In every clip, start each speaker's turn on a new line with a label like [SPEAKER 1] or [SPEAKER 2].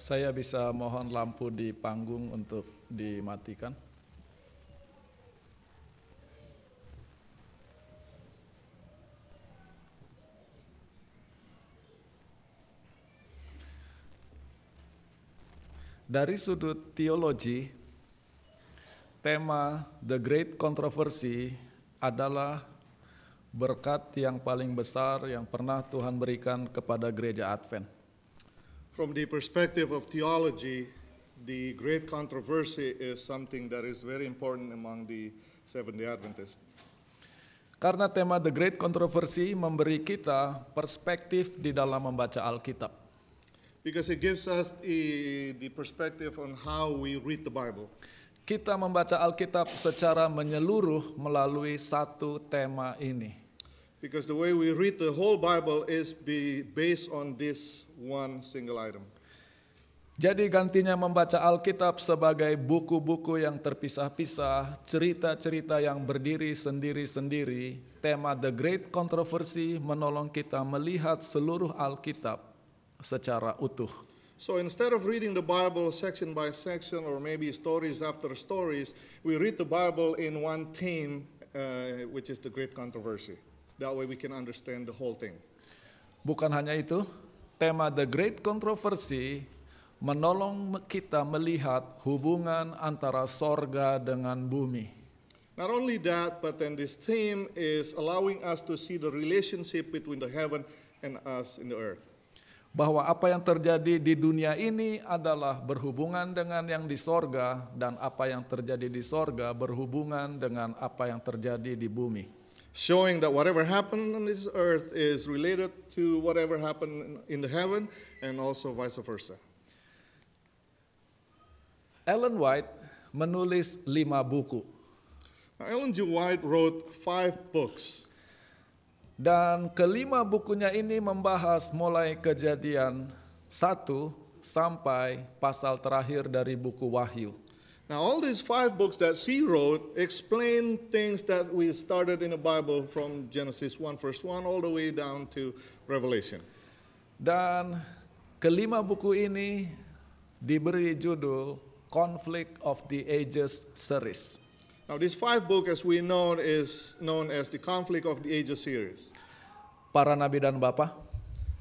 [SPEAKER 1] Saya bisa mohon lampu di panggung untuk dimatikan. Dari sudut teologi, tema The Great Controversy adalah berkat yang paling besar yang pernah Tuhan berikan kepada gereja Advent.
[SPEAKER 2] From the perspective of theology, the great controversy is something that is very important among the Seventh day Adventists.
[SPEAKER 1] Karena tema The Great Controversy memberi kita perspektif di dalam membaca Alkitab.
[SPEAKER 2] Because it gives us the, the perspective on how we read the Bible.
[SPEAKER 1] Kita membaca Alkitab secara menyeluruh melalui satu tema ini.
[SPEAKER 2] Because the way we read the whole Bible is be based on this one single item.
[SPEAKER 1] Jadi gantinya membaca Alkitab sebagai buku-buku yang terpisah-pisah, cerita-cerita yang berdiri sendiri-sendiri, tema The Great Controversy menolong kita melihat seluruh Alkitab secara utuh.
[SPEAKER 2] So instead of reading the Bible section by section or maybe stories after stories, we read the Bible in one theme, uh, which is the great controversy. That way we can understand the whole thing.
[SPEAKER 1] Bukan hanya itu, tema The Great Controversy menolong kita melihat hubungan antara sorga dengan bumi.
[SPEAKER 2] Not only that, but then this theme is allowing us to see the relationship between the heaven and us in the earth.
[SPEAKER 1] Bahwa apa yang terjadi di dunia ini adalah berhubungan dengan yang di sorga dan apa yang terjadi di sorga berhubungan dengan apa yang terjadi di bumi.
[SPEAKER 2] Showing that whatever happened on this earth is related to whatever happened in the heaven and also vice versa.
[SPEAKER 1] Ellen White menulis lima buku
[SPEAKER 2] Now, Ellen G. White wrote five books,
[SPEAKER 1] dan kelima bukunya ini membahas mulai kejadian satu sampai pasal terakhir dari buku Wahyu.
[SPEAKER 2] Now, all these five books that she wrote explain things that we started in the Bible from Genesis 1, verse 1, all the way down to Revelation.
[SPEAKER 1] Dan kelima buku ini diberi judul Conflict of the Ages series.
[SPEAKER 2] Now, these five books, as we know, is known as the Conflict of the Ages series.
[SPEAKER 1] Para nabi dan bapa,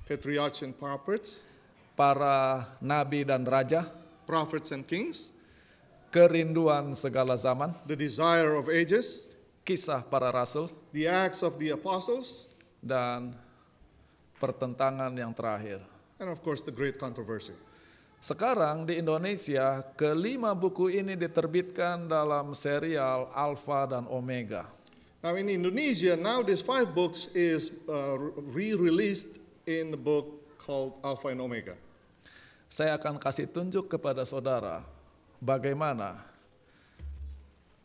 [SPEAKER 2] Patriarchs and prophets,
[SPEAKER 1] para nabi dan raja,
[SPEAKER 2] prophets and kings,
[SPEAKER 1] kerinduan segala zaman,
[SPEAKER 2] the desire of ages,
[SPEAKER 1] kisah para rasul,
[SPEAKER 2] the acts of the apostles,
[SPEAKER 1] dan pertentangan yang terakhir.
[SPEAKER 2] and of course, the great controversy.
[SPEAKER 1] Sekarang di Indonesia, kelima buku ini diterbitkan dalam serial Alpha dan Omega.
[SPEAKER 2] Now in Indonesia, now these five books is uh, re-released in the book called Alpha and Omega.
[SPEAKER 1] Saya akan kasih tunjuk kepada saudara bagaimana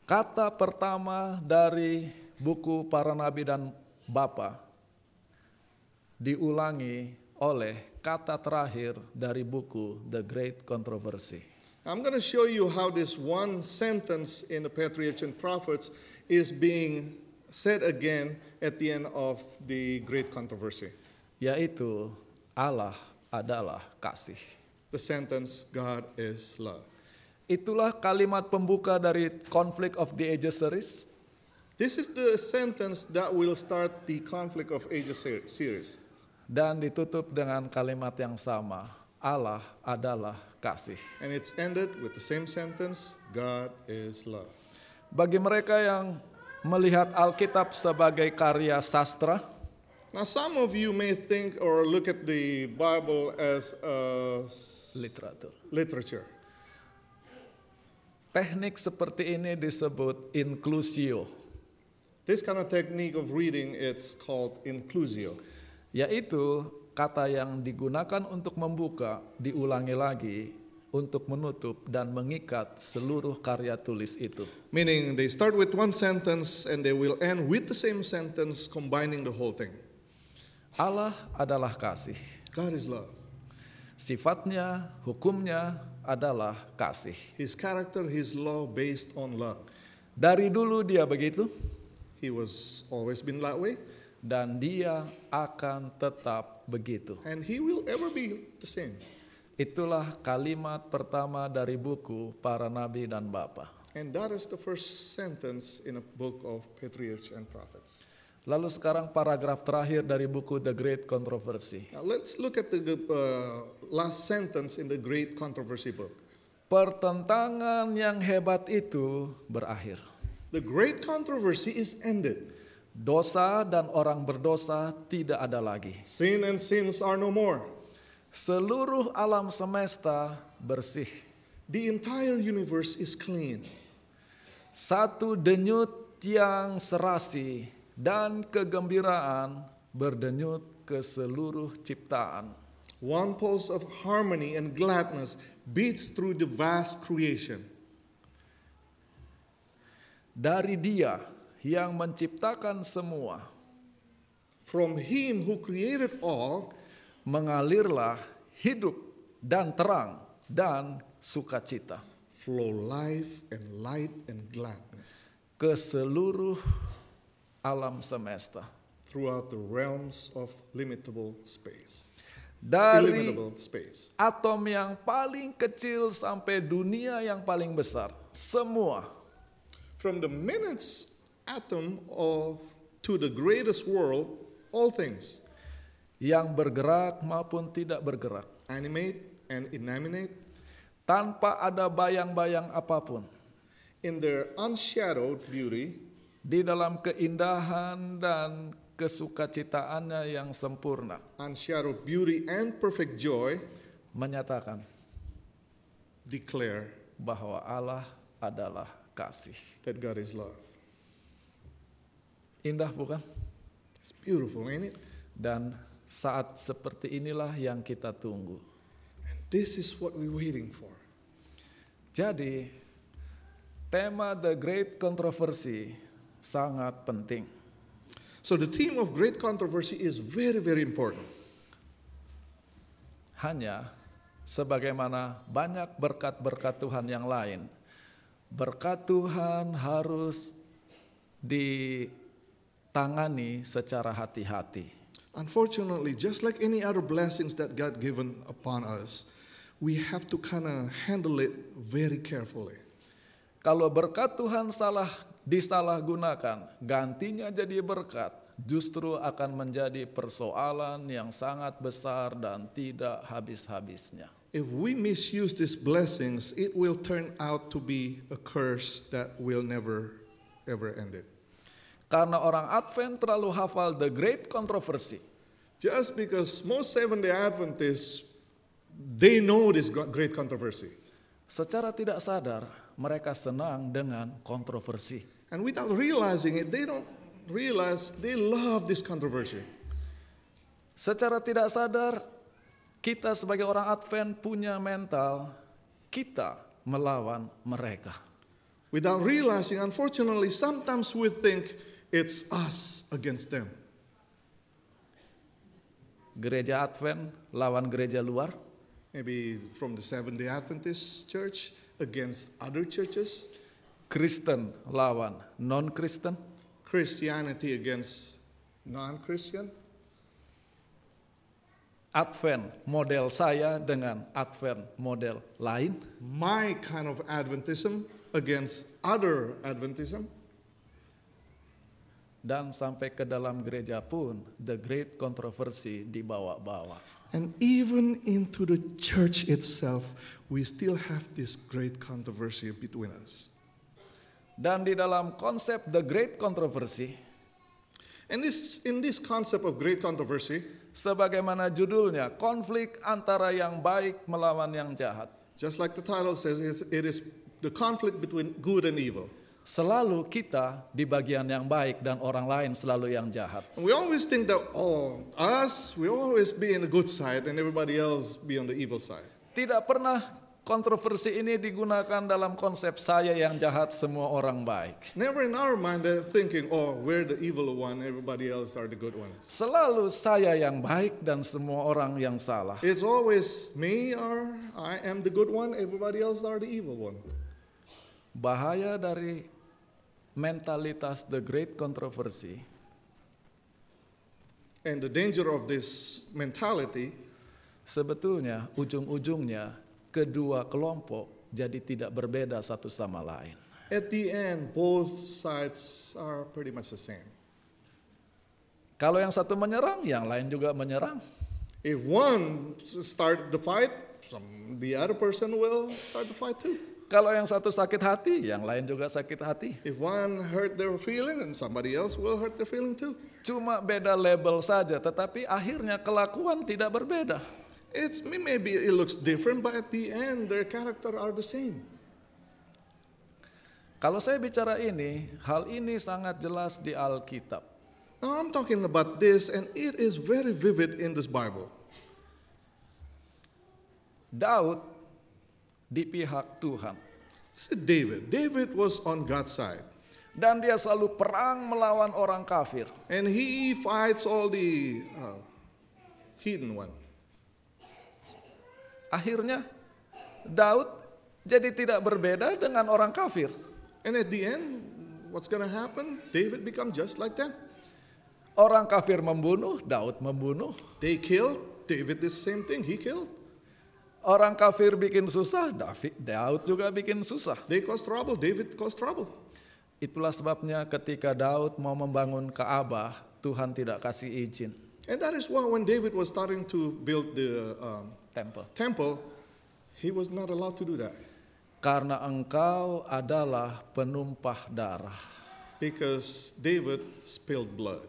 [SPEAKER 1] kata pertama dari buku para nabi dan bapa diulangi oleh kata terakhir dari buku The Great Controversy.
[SPEAKER 2] I'm going to show you how this one sentence in the Patriarchs and Prophets is being said again at the end of the Great Controversy.
[SPEAKER 1] Yaitu Allah adalah kasih.
[SPEAKER 2] The sentence, God is love.
[SPEAKER 1] Itulah kalimat pembuka dari Conflict of the Ages series.
[SPEAKER 2] This is the sentence that will start the Conflict of Ages ser- series.
[SPEAKER 1] dan ditutup dengan kalimat yang sama, Allah adalah kasih.
[SPEAKER 2] And it's ended with the same sentence God is love.
[SPEAKER 1] Bagi mereka yang melihat Alkitab sebagai karya sastra,
[SPEAKER 2] Now, some of you may think or look at the Bible as uh, s-
[SPEAKER 1] literatur.
[SPEAKER 2] literature.
[SPEAKER 1] Teknik seperti ini disebut inclusio,
[SPEAKER 2] This kind of technique of reading it's called inclusio.
[SPEAKER 1] yaitu kata yang digunakan untuk membuka diulangi lagi untuk menutup dan mengikat seluruh karya tulis itu.
[SPEAKER 2] Meaning they start with one sentence and they will end with the same sentence, combining the whole thing.
[SPEAKER 1] Allah adalah kasih.
[SPEAKER 2] God is love.
[SPEAKER 1] Sifatnya, hukumnya adalah kasih.
[SPEAKER 2] His character, his law based on love.
[SPEAKER 1] Dari dulu dia begitu
[SPEAKER 2] He was always been that way,
[SPEAKER 1] dan dia akan tetap begitu.
[SPEAKER 2] and he will ever be the same.
[SPEAKER 1] Itulah kalimat pertama dari buku Para Nabi dan Bapa.
[SPEAKER 2] And that is the first sentence in a book of Patriarchs and Prophets.
[SPEAKER 1] Lalu sekarang paragraf terakhir dari buku The Great Controversy.
[SPEAKER 2] Now let's look at the uh, last sentence in the Great Controversy book.
[SPEAKER 1] Pertentangan yang hebat itu berakhir.
[SPEAKER 2] The Great Controversy is ended.
[SPEAKER 1] Dosa dan orang berdosa tidak ada lagi.
[SPEAKER 2] Sin and sins are no more.
[SPEAKER 1] Seluruh alam semesta bersih.
[SPEAKER 2] The entire universe is clean.
[SPEAKER 1] Satu denyut yang serasi dan kegembiraan berdenyut ke seluruh ciptaan.
[SPEAKER 2] One pulse of harmony and gladness beats through the vast creation.
[SPEAKER 1] Dari Dia yang menciptakan semua,
[SPEAKER 2] From Him who created all
[SPEAKER 1] mengalirlah hidup dan terang dan sukacita
[SPEAKER 2] flow life and light and gladness
[SPEAKER 1] ke seluruh alam semesta.
[SPEAKER 2] throughout the realms of limitable space.
[SPEAKER 1] Dari
[SPEAKER 2] Illimitable space.
[SPEAKER 1] atom yang paling kecil sampai dunia yang paling besar, semua
[SPEAKER 2] From the minutes atom of, to the greatest world, all things
[SPEAKER 1] yang bergerak maupun tidak bergerak,
[SPEAKER 2] animate and inanimate,
[SPEAKER 1] tanpa ada bayang-bayang apapun,
[SPEAKER 2] in their unshadowed beauty,
[SPEAKER 1] di dalam keindahan dan kesukacitaannya yang sempurna,
[SPEAKER 2] unshadowed beauty and perfect joy,
[SPEAKER 1] menyatakan
[SPEAKER 2] declare
[SPEAKER 1] bahwa Allah adalah kasih.
[SPEAKER 2] that God is love.
[SPEAKER 1] Indah bukan?
[SPEAKER 2] It's beautiful, ain't it?
[SPEAKER 1] Dan saat seperti inilah yang kita tunggu.
[SPEAKER 2] And this is what we're waiting for.
[SPEAKER 1] Jadi, tema The Great Controversy sangat penting.
[SPEAKER 2] So the theme of great controversy is very, very important.
[SPEAKER 1] Hanya sebagaimana banyak berkat-berkat Tuhan yang lain, berkat Tuhan harus ditangani secara hati-hati.
[SPEAKER 2] Unfortunately, just like any other blessings that God given upon us, we have to kind of handle it very carefully.
[SPEAKER 1] Kalau berkat Tuhan salah disalahgunakan, gantinya jadi berkat, justru akan menjadi persoalan yang sangat besar dan tidak habis-habisnya.
[SPEAKER 2] If we misuse these blessings, it will turn out to be a curse that will never, ever end it.
[SPEAKER 1] Karena orang Advent terlalu hafal the great controversy.
[SPEAKER 2] Just because most Seventh day Adventists, they know this gr- great controversy.
[SPEAKER 1] Secara tidak sadar, mereka senang dengan kontroversi.
[SPEAKER 2] And without realizing it, they don't realize they love this controversy.
[SPEAKER 1] Secara tidak sadar, kita sebagai orang Advent punya mental kita melawan mereka.
[SPEAKER 2] Without realizing, unfortunately, sometimes we think it's us against them.
[SPEAKER 1] Gereja Advent lawan gereja luar,
[SPEAKER 2] Maybe from the Seventh day Adventist church against other churches,
[SPEAKER 1] Kristen lawan non-Kristen,
[SPEAKER 2] Christianity against non Christian,
[SPEAKER 1] Advent model saya dengan Advent model lain,
[SPEAKER 2] my kind of Adventism against other Adventism,
[SPEAKER 1] dan sampai ke dalam gereja pun the great controversy dibawa-bawa.
[SPEAKER 2] and even into the church itself, we still have this great controversy between us.
[SPEAKER 1] Dan di dalam konsep The Great Controversy,
[SPEAKER 2] And this, in this concept of great controversy,
[SPEAKER 1] sebagaimana judulnya, konflik antara yang baik melawan yang jahat.
[SPEAKER 2] just like the title says, it's, it is the conflict between good and evil.
[SPEAKER 1] Selalu kita di bagian yang baik dan orang lain selalu yang jahat.
[SPEAKER 2] And we always think that, oh, us, we always be on the good side and everybody else be on the evil side.
[SPEAKER 1] Tidak pernah kontroversi ini digunakan dalam konsep saya yang jahat semua orang baik.
[SPEAKER 2] It's never in our mind that thinking, oh, we're the evil one, everybody else are the good ones.
[SPEAKER 1] Selalu saya yang baik dan semua orang yang salah.
[SPEAKER 2] It's always me or I am the good one, everybody else are the evil one.
[SPEAKER 1] Bahaya dari mentalitas The Great Controversy
[SPEAKER 2] And the danger of this mentality
[SPEAKER 1] Sebetulnya ujung-ujungnya kedua kelompok jadi tidak berbeda satu sama lain.
[SPEAKER 2] At the end, both sides are pretty much the same.
[SPEAKER 1] Kalau yang satu menyerang, yang lain juga menyerang.
[SPEAKER 2] If one s- start the fight, some, the other person will start the fight too.
[SPEAKER 1] Kalau yang satu sakit hati, yang lain juga sakit hati.
[SPEAKER 2] If one hurt their feeling, then somebody else will hurt their feeling too.
[SPEAKER 1] Cuma beda label saja, tetapi akhirnya kelakuan tidak berbeda.
[SPEAKER 2] It's maybe it looks different, but at the end, their character are the same.
[SPEAKER 1] Kalau saya bicara ini, hal ini sangat jelas di Alkitab.
[SPEAKER 2] Now I'm talking about this, and it is very vivid in this Bible.
[SPEAKER 1] Daud di pihak Tuhan.
[SPEAKER 2] This is David. David was on God's side,
[SPEAKER 1] Dan dia selalu perang melawan orang kafir.
[SPEAKER 2] and he fights all the uh, hidden one.
[SPEAKER 1] Akhirnya Daud jadi tidak berbeda dengan orang kafir.
[SPEAKER 2] And at the end, what's going to happen? David become just like them.
[SPEAKER 1] Orang kafir membunuh, Daud membunuh.
[SPEAKER 2] They killed. David did the same thing. He killed.
[SPEAKER 1] Orang kafir bikin susah, David, Daud juga bikin susah.
[SPEAKER 2] They caused trouble. David caused trouble.
[SPEAKER 1] Itulah sebabnya ketika Daud mau membangun Ka'bah, Tuhan tidak kasih izin
[SPEAKER 2] And that is why when David was starting to build the um,
[SPEAKER 1] tempel.
[SPEAKER 2] temple, he was not allowed to do that
[SPEAKER 1] Karena engkau adalah penumpah darah.
[SPEAKER 2] because David spilled blood.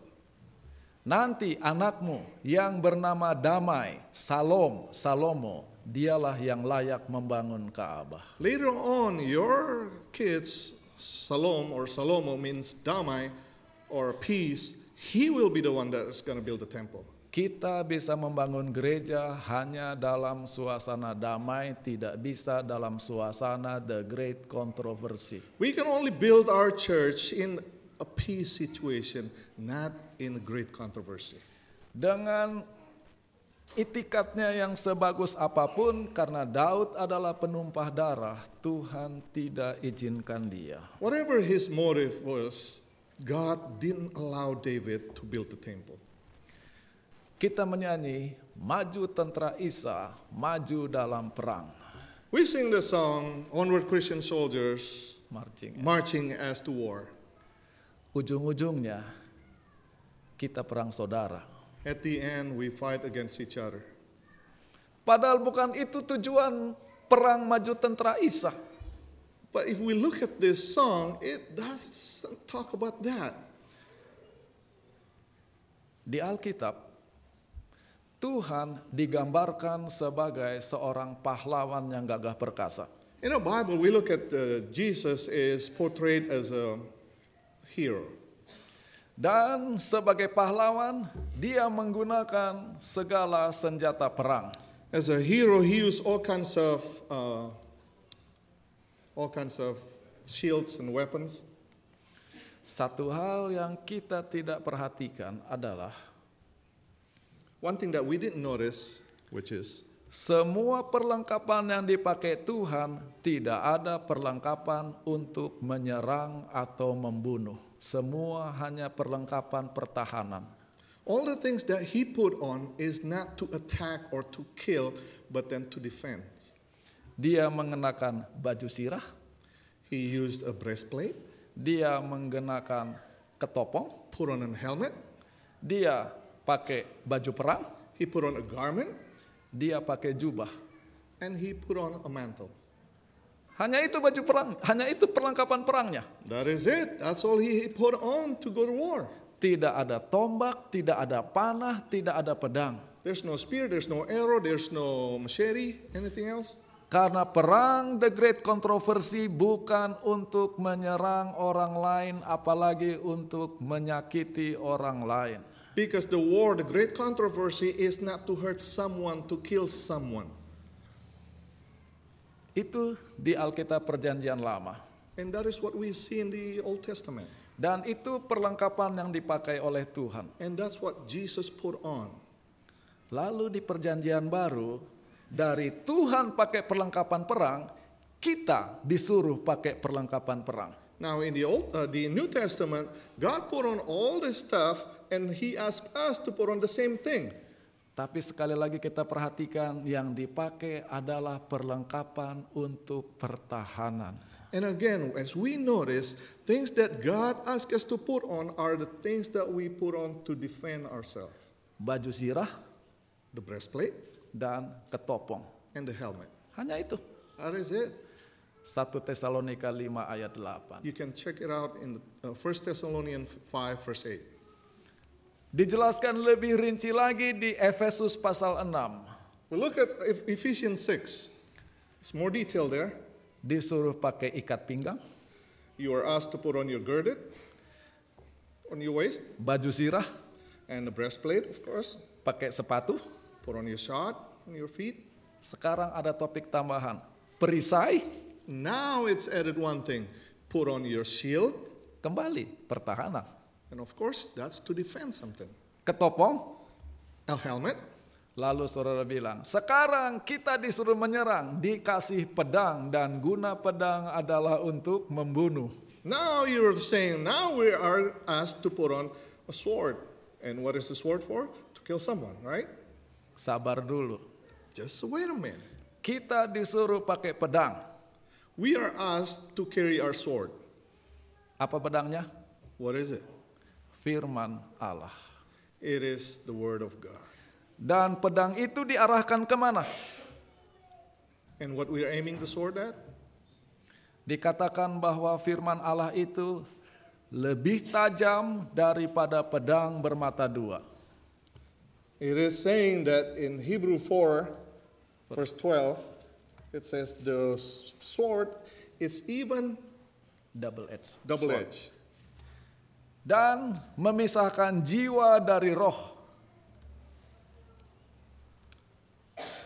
[SPEAKER 1] Nanti anakmu yang bernama Damai, Salom, Salomo, dialah yang layak membangun Ka'bah.
[SPEAKER 2] Later on, your kids, Salom or Salomo means Damai or peace, he will be the one that is going to build the temple.
[SPEAKER 1] Kita bisa membangun gereja hanya dalam suasana damai, tidak bisa dalam suasana the great controversy.
[SPEAKER 2] We can only build our church in a peace situation, not in a great controversy.
[SPEAKER 1] Dengan itikatnya yang sebagus apapun, karena Daud adalah penumpah darah, Tuhan tidak izinkan dia.
[SPEAKER 2] Whatever his motive was, God didn't allow David to build the temple.
[SPEAKER 1] Kita menyanyi, maju tentara Isa, maju dalam perang.
[SPEAKER 2] We sing the song Onward Christian Soldiers
[SPEAKER 1] Marching.
[SPEAKER 2] Marching as to War.
[SPEAKER 1] Ujung-ujungnya, kita perang saudara.
[SPEAKER 2] At the end, we fight against each other.
[SPEAKER 1] Padahal bukan itu tujuan perang maju tentara Isa.
[SPEAKER 2] But if we look at this song, it doesn't talk about that.
[SPEAKER 1] Di Alkitab, Tuhan digambarkan sebagai seorang pahlawan yang gagah perkasa.
[SPEAKER 2] In the Bible, we look at uh, Jesus is portrayed as a hero.
[SPEAKER 1] Dan sebagai pahlawan, dia menggunakan segala senjata perang.
[SPEAKER 2] As a hero, he used all kinds of uh, all kinds of shields and weapons.
[SPEAKER 1] Satu hal yang kita tidak perhatikan adalah
[SPEAKER 2] One thing that we didn't notice, which is
[SPEAKER 1] semua perlengkapan yang dipakai Tuhan tidak ada perlengkapan untuk menyerang atau membunuh. Semua hanya perlengkapan pertahanan.
[SPEAKER 2] all the things that he put on is not to attack or to kill, but then to defend.
[SPEAKER 1] Dia mengenakan baju sirah,
[SPEAKER 2] He used a breastplate,
[SPEAKER 1] dia mengenakan ketopong,
[SPEAKER 2] put on a helmet,
[SPEAKER 1] dia pakai baju perang,
[SPEAKER 2] he put on a garment,
[SPEAKER 1] dia pakai jubah.
[SPEAKER 2] and he put on a mantle.
[SPEAKER 1] Hanya itu baju perang, hanya itu perlengkapan perangnya.
[SPEAKER 2] That is it. That's all he put on to go to war.
[SPEAKER 1] Tidak ada tombak, tidak ada panah, tidak ada pedang.
[SPEAKER 2] There's no spear, there's no arrow, there's no machete, anything else.
[SPEAKER 1] Karena perang the great controversy bukan untuk menyerang orang lain apalagi untuk menyakiti orang lain.
[SPEAKER 2] Because the war, the great controversy, is not to hurt someone, to kill someone.
[SPEAKER 1] Itu di Alkitab Perjanjian Lama.
[SPEAKER 2] And that is what we see in the Old Testament.
[SPEAKER 1] Dan itu perlengkapan yang dipakai oleh Tuhan.
[SPEAKER 2] And that's what Jesus put on.
[SPEAKER 1] Lalu di perjanjian baru, dari Tuhan pakai perlengkapan perang, kita disuruh pakai perlengkapan perang.
[SPEAKER 2] Now, in the Old, uh, the New Testament, God put on all this stuff, and He asked us to put on the same thing.
[SPEAKER 1] Tapi sekali lagi kita perhatikan yang dipakai adalah perlengkapan untuk pertahanan.
[SPEAKER 2] And again, as we notice, things that God asks us to put on are the things that we put on to defend ourselves
[SPEAKER 1] Baju zirah
[SPEAKER 2] the breastplate
[SPEAKER 1] dan ketopong.
[SPEAKER 2] and the helmet.
[SPEAKER 1] Hanya itu.
[SPEAKER 2] That is it.
[SPEAKER 1] 1 Tesalonika 5 ayat 8.
[SPEAKER 2] You can check it out in uh, 1 Thessalonians 5, verse 8.
[SPEAKER 1] Dijelaskan lebih rinci lagi di Efesus pasal 6.
[SPEAKER 2] We look at Eph- Ephesians 6. It's more detail there.
[SPEAKER 1] Disuruh pakai ikat pinggang,
[SPEAKER 2] You are asked to put on your girded, on your waist,
[SPEAKER 1] baju zirah,
[SPEAKER 2] and the breastplate, of course.
[SPEAKER 1] pakai sepatu.
[SPEAKER 2] Put on your shod on your feet.
[SPEAKER 1] Sekarang ada topik tambahan. Perisai,
[SPEAKER 2] Now it's added one thing put on your shield.
[SPEAKER 1] kembali pertahanan.
[SPEAKER 2] And of course, that's to defend something.
[SPEAKER 1] Ketopong,
[SPEAKER 2] A helmet.
[SPEAKER 1] Lalu saudara bilang, sekarang kita disuruh menyerang, dikasih pedang dan guna pedang adalah untuk membunuh.
[SPEAKER 2] Now you're saying, now we are asked to put on a sword. And what is the sword for? To kill someone, right?
[SPEAKER 1] Sabar dulu.
[SPEAKER 2] Just wait a minute.
[SPEAKER 1] Kita disuruh pakai pedang.
[SPEAKER 2] We are asked to carry our sword.
[SPEAKER 1] Apa pedangnya?
[SPEAKER 2] What is it?
[SPEAKER 1] Firman Allah.
[SPEAKER 2] It is the word of God.
[SPEAKER 1] Dan pedang itu diarahkan kemana?
[SPEAKER 2] And what we are aiming the sword at?
[SPEAKER 1] Dikatakan bahwa firman Allah itu lebih tajam daripada pedang bermata dua.
[SPEAKER 2] It is saying that in Hebrew 4, verse 12, it says the s- sword is even
[SPEAKER 1] Double edge.
[SPEAKER 2] double edged.
[SPEAKER 1] Dan memisahkan jiwa dari roh.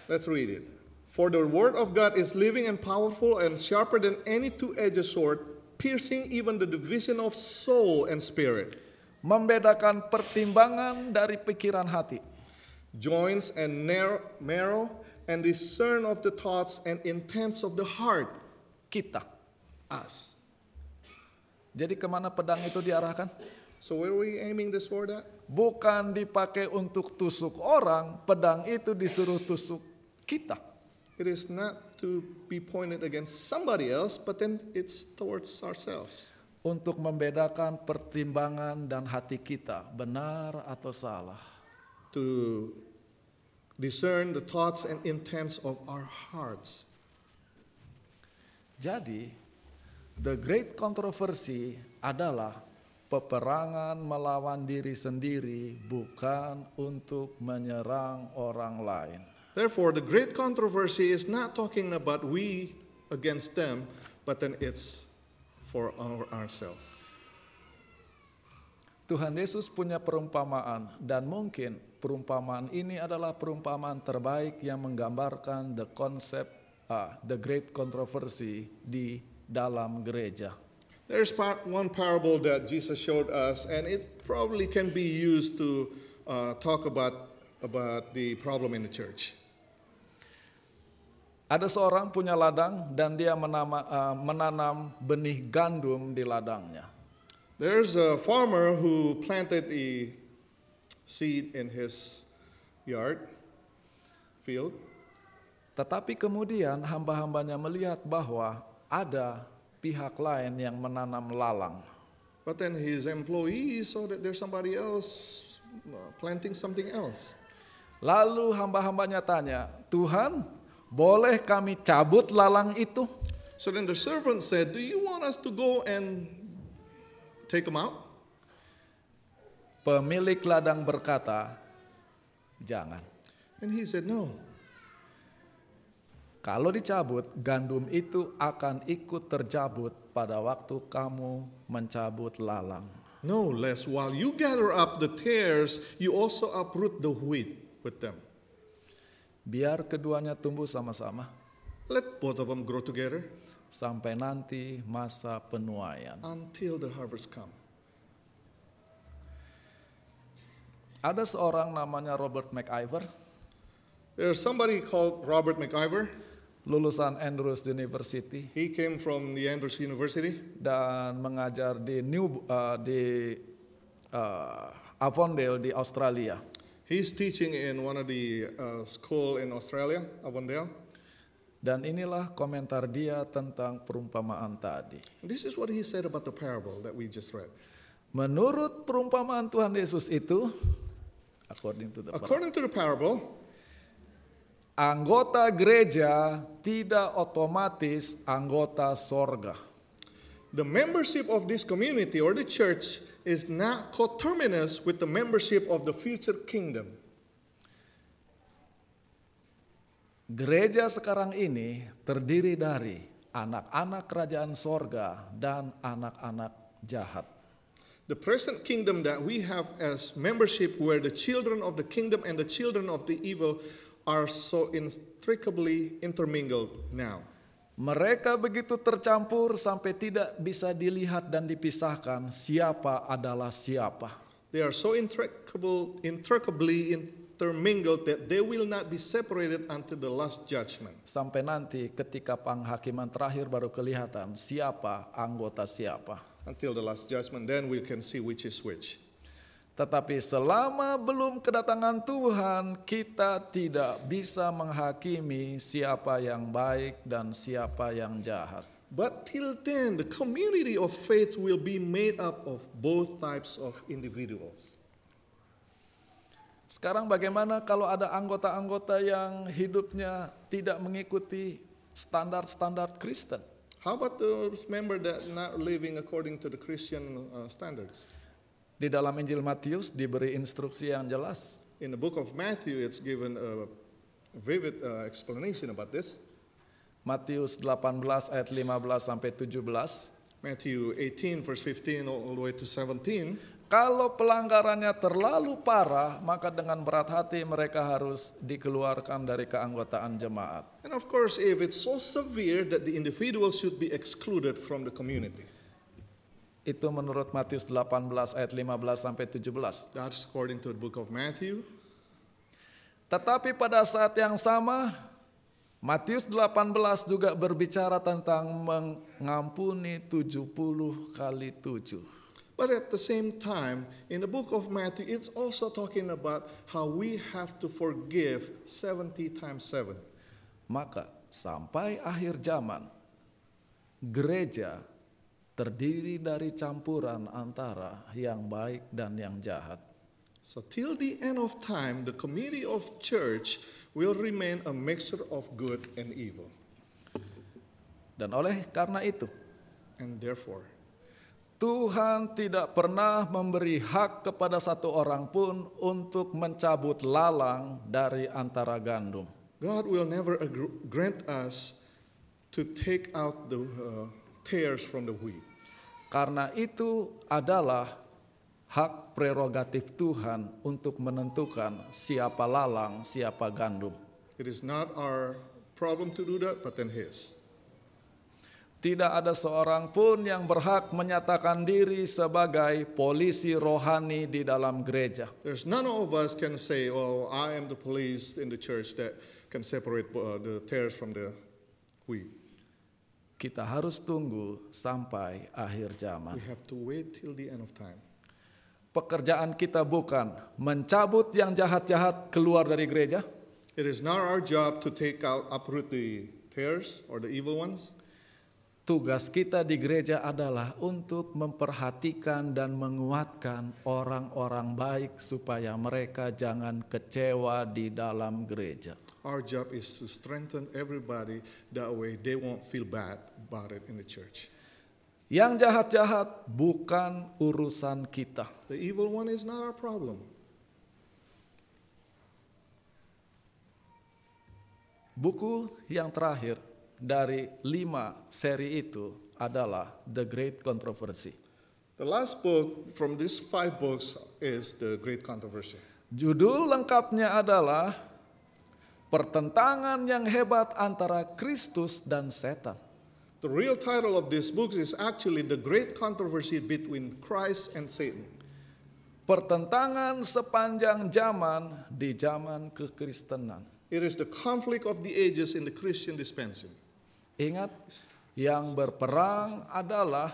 [SPEAKER 2] Let's read it. For the word of God is living and powerful and sharper than any two edged sword, piercing even the division of soul and spirit,
[SPEAKER 1] membedakan pertimbangan dari pikiran hati.
[SPEAKER 2] joints and nar- marrow, and discern of the thoughts and intents of the heart.
[SPEAKER 1] Kita.
[SPEAKER 2] Us.
[SPEAKER 1] Jadi kemana pedang itu diarahkan?
[SPEAKER 2] So, where are we aiming the sword at?
[SPEAKER 1] Bukan dipakai untuk tusuk orang, pedang itu disuruh tusuk kita.
[SPEAKER 2] It is not to be pointed against somebody else, but then it's towards ourselves.
[SPEAKER 1] Untuk membedakan pertimbangan dan hati kita, benar atau salah.
[SPEAKER 2] To discern the thoughts and intents of our hearts.
[SPEAKER 1] Jadi, the great controversy adalah peperangan melawan diri sendiri bukan untuk menyerang orang lain.
[SPEAKER 2] Therefore, the great controversy is not talking about we against them, but then it's for our, ourselves.
[SPEAKER 1] Tuhan Yesus punya perumpamaan dan mungkin perumpamaan ini adalah perumpamaan terbaik yang menggambarkan the concept ah, the great controversy di dalam gereja.
[SPEAKER 2] There's par- one parable that Jesus showed us, and it probably can be used to uh, talk about, about the problem in the church.
[SPEAKER 1] Ada seorang punya ladang dan dia menama- ah, menanam benih gandum di ladangnya.
[SPEAKER 2] There's a farmer who planted the seed in his yard, field,
[SPEAKER 1] Tetapi kemudian hamba-hambanya melihat bahwa ada pihak lain yang menanam lalang.
[SPEAKER 2] but then his employee saw that there's somebody else uh, planting something else.
[SPEAKER 1] Lalu hamba-hambanya tanya, "Tuhan, boleh kami cabut lalang itu?"
[SPEAKER 2] So then the servant said, Do you want us to go and take him out?
[SPEAKER 1] Pemilik ladang berkata, "Jangan.
[SPEAKER 2] And he said, No.
[SPEAKER 1] Kalau dicabut, gandum itu akan ikut terjabut pada waktu kamu mencabut lalang."
[SPEAKER 2] No, lest while you gather up the tares, you also uproot the wheat with them.
[SPEAKER 1] Biar keduanya tumbuh sama-sama
[SPEAKER 2] Let both of them grow together
[SPEAKER 1] sampai nanti masa penuaian.
[SPEAKER 2] until the harvest come.
[SPEAKER 1] Ada seorang namanya Robert McIver,
[SPEAKER 2] There's somebody called Robert McIver.
[SPEAKER 1] lulusan Andrews University
[SPEAKER 2] He came from the Andrews University.
[SPEAKER 1] dan uh, mengajar di New eh, di eh, Avondale di uh, Australia.
[SPEAKER 2] He's teaching in one of the uh, school in Australia, Avondale.
[SPEAKER 1] Dan inilah komentar dia tentang perumpamaan tadi.
[SPEAKER 2] This is what he said about the parable that we just read.
[SPEAKER 1] Menurut perumpamaan Tuhan Yesus itu, according to the
[SPEAKER 2] According to the parable,
[SPEAKER 1] anggota gereja tidak otomatis anggota sorga.
[SPEAKER 2] the membership of this community or the church is not coterminous with the membership of the future kingdom.
[SPEAKER 1] Gereja sekarang ini terdiri dari anak-anak kerajaan sorga dan anak-anak jahat.
[SPEAKER 2] The present kingdom that we have as membership, where the children of the kingdom and the children of the evil are so inextricably intermingled now.
[SPEAKER 1] Mereka begitu tercampur sampai tidak bisa dilihat dan dipisahkan siapa adalah siapa.
[SPEAKER 2] They are so intricable, intricably intermingled that they will not be separated until the last judgment.
[SPEAKER 1] Sampai nanti ketika penghakiman terakhir baru kelihatan siapa anggota siapa.
[SPEAKER 2] Until the last judgment, then we can see which is which.
[SPEAKER 1] Tetapi selama belum kedatangan Tuhan, kita tidak bisa menghakimi siapa yang baik dan siapa yang jahat.
[SPEAKER 2] But till then, the community of faith will be made up of both types of individuals.
[SPEAKER 1] Sekarang bagaimana kalau ada anggota-anggota yang hidupnya tidak mengikuti standar-standar Kristen?
[SPEAKER 2] How about those members that not living according to the Christian uh, standards?
[SPEAKER 1] Di dalam Injil Matius diberi instruksi yang jelas.
[SPEAKER 2] In the book of Matthew, it's given a vivid uh, explanation about this.
[SPEAKER 1] Matius 18 ayat 15 sampai 17.
[SPEAKER 2] Matthew 18, verse 15, all all the way to 17.
[SPEAKER 1] Kalau pelanggarannya terlalu parah, maka dengan berat hati mereka harus dikeluarkan dari keanggotaan jemaat.
[SPEAKER 2] And of course, if it's so severe that the individual should be excluded from the community,
[SPEAKER 1] Itu menurut Matius 18 ayat 15 sampai 17.
[SPEAKER 2] that's according to the book of Matthew.
[SPEAKER 1] Tetapi pada saat yang sama, Matius 18 juga berbicara tentang mengampuni 70 kali 7.
[SPEAKER 2] But at the same time, in the book of Matthew, it's also talking about how we have to forgive 70 times 7.
[SPEAKER 1] Maka sampai akhir zaman, gereja terdiri dari campuran antara yang baik dan yang jahat.
[SPEAKER 2] So, till the end of time, the community of church will remain a mixture of good and evil.
[SPEAKER 1] Dan oleh karena itu,
[SPEAKER 2] And therefore,
[SPEAKER 1] Tuhan tidak pernah memberi hak kepada satu orang pun untuk mencabut lalang dari antara gandum.
[SPEAKER 2] God will never agr- grant us to take out the uh, tares from the wheat.
[SPEAKER 1] Karena itu adalah hak prerogatif Tuhan untuk menentukan siapa lalang, siapa gandum.
[SPEAKER 2] It is not our problem to do that, but then His.
[SPEAKER 1] Tidak ada seorang pun yang berhak menyatakan diri sebagai polisi rohani di dalam gereja.
[SPEAKER 2] There's none of us can say, "Oh, I am the police in the church that can separate uh, the tares from the wheat."
[SPEAKER 1] Kita harus tunggu sampai akhir zaman.
[SPEAKER 2] We have to wait till the end of time.
[SPEAKER 1] Pekerjaan kita bukan mencabut yang jahat-jahat keluar dari gereja,
[SPEAKER 2] It is not our job to take out, uproot the tares or the evil ones.
[SPEAKER 1] Tugas kita di gereja adalah untuk memperhatikan dan menguatkan orang-orang baik supaya mereka jangan kecewa di dalam gereja.
[SPEAKER 2] Our job is to strengthen everybody. That way, they won't feel bad about it in the church.
[SPEAKER 1] Yang jahat-jahat bukan urusan kita.
[SPEAKER 2] The evil one is not our problem.
[SPEAKER 1] Buku yang terakhir dari lima seri itu adalah The Great Controversy.
[SPEAKER 2] The last book from these five books is The Great Controversy.
[SPEAKER 1] Judul lengkapnya adalah Pertentangan yang hebat antara Kristus dan setan.
[SPEAKER 2] The real title of this book is actually The Great Controversy Between Christ and Satan.
[SPEAKER 1] Pertentangan sepanjang zaman di zaman kekristenan.
[SPEAKER 2] It is the conflict of the ages in the Christian dispensation.
[SPEAKER 1] Ingat, yang berperang adalah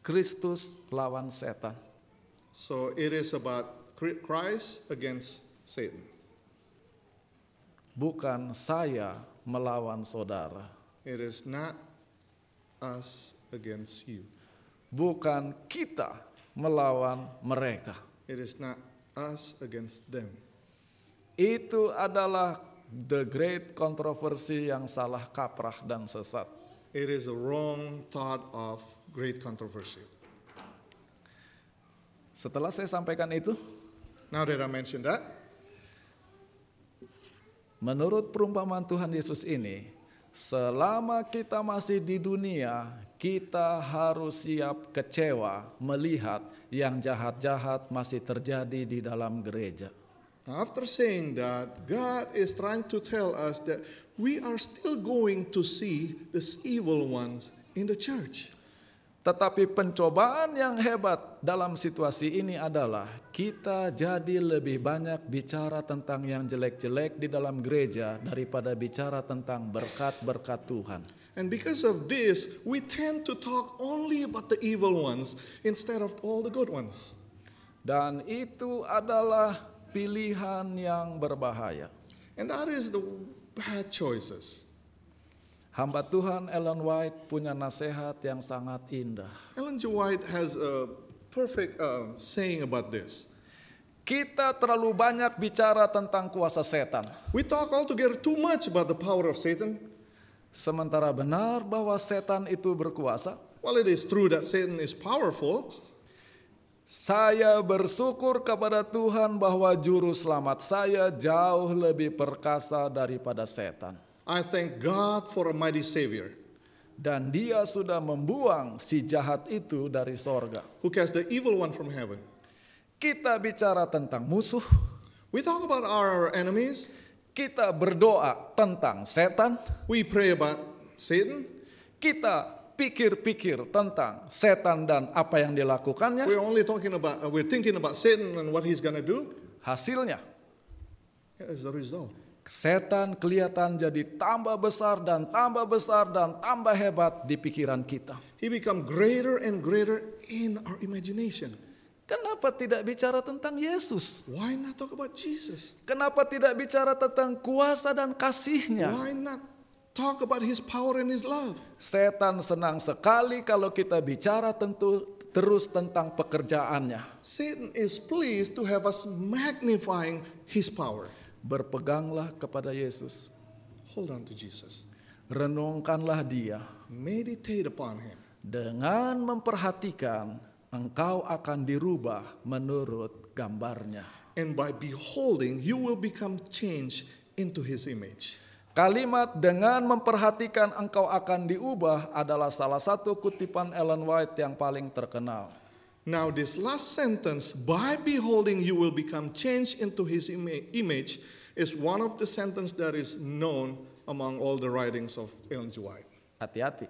[SPEAKER 1] Kristus lawan setan.
[SPEAKER 2] So it is about Cri- Christ against Satan.
[SPEAKER 1] Bukan saya melawan saudara.
[SPEAKER 2] It is not us against you.
[SPEAKER 1] Bukan kita melawan mereka.
[SPEAKER 2] It is not us against them.
[SPEAKER 1] Itu adalah the great kontroversi yang salah kaprah dan sesat.
[SPEAKER 2] It is a wrong thought of great controversy.
[SPEAKER 1] Setelah saya sampaikan itu,
[SPEAKER 2] Now that I mentioned that,
[SPEAKER 1] menurut perumpamaan Tuhan Yesus ini, selama kita masih di dunia, kita harus siap kecewa melihat yang jahat-jahat masih terjadi di dalam gereja.
[SPEAKER 2] now after saying that, God is trying to tell us that we are still going to see these evil ones in the church.
[SPEAKER 1] Tetapi pencobaan yang hebat dalam situasi ini adalah kita jadi lebih banyak bicara tentang yang jelek-jelek di dalam gereja daripada bicara tentang berkat-berkat Tuhan.
[SPEAKER 2] And because of this, we tend to talk only about the evil ones instead of all the good ones.
[SPEAKER 1] Dan itu adalah pilihan yang berbahaya.
[SPEAKER 2] And that is the bad choices.
[SPEAKER 1] Hamba Tuhan Ellen White punya nasihat yang sangat indah.
[SPEAKER 2] Ellen G. White has a perfect uh, saying about this.
[SPEAKER 1] Kita terlalu banyak bicara tentang kuasa setan.
[SPEAKER 2] We talk altogether too much about the power of Satan.
[SPEAKER 1] Sementara benar bahwa setan itu berkuasa,
[SPEAKER 2] While it is true that Satan is powerful,
[SPEAKER 1] Saya bersyukur kepada Tuhan bahwa juru selamat saya jauh lebih perkasa daripada setan.
[SPEAKER 2] I thank God for a mighty Savior
[SPEAKER 1] Dan dia sudah membuang si jahat itu dari sorga.
[SPEAKER 2] who cast the evil one from heaven.
[SPEAKER 1] Kita bicara tentang musuh,
[SPEAKER 2] We talk about our enemies,
[SPEAKER 1] kita berdoa tentang setan,
[SPEAKER 2] we pray about Satan,
[SPEAKER 1] kita pikir-pikir tentang setan dan apa yang dilakukannya.
[SPEAKER 2] we're only talking about, uh, we're thinking about Satan and what he's gonna do.
[SPEAKER 1] Hasilnya,
[SPEAKER 2] As a result,
[SPEAKER 1] setan kelihatan jadi tambah besar dan tambah besar dan tambah hebat di pikiran kita.
[SPEAKER 2] he become greater and greater in our imagination.
[SPEAKER 1] Kenapa tidak bicara tentang Yesus?
[SPEAKER 2] Why not talk about Jesus?
[SPEAKER 1] Kenapa tidak bicara tentang kuasa dan kasihnya?
[SPEAKER 2] Why not talk about his power and his love?
[SPEAKER 1] Setan senang sekali kalau kita bicara tentu terus tentang pekerjaannya.
[SPEAKER 2] Satan is pleased to have us magnifying his power.
[SPEAKER 1] Berpeganglah kepada Yesus.
[SPEAKER 2] Hold on to Jesus.
[SPEAKER 1] Renungkanlah dia.
[SPEAKER 2] Meditate upon him.
[SPEAKER 1] Dengan memperhatikan, engkau akan dirubah menurut gambarnya.
[SPEAKER 2] And by beholding, you will become changed into his image.
[SPEAKER 1] Kalimat dengan memperhatikan engkau akan diubah adalah salah satu kutipan Ellen White yang paling terkenal.
[SPEAKER 2] Now, this last sentence, by beholding, you will become changed into his ima- image, is one of the sentences that is known among all the writings of Ellen G. White.
[SPEAKER 1] Hati-hati.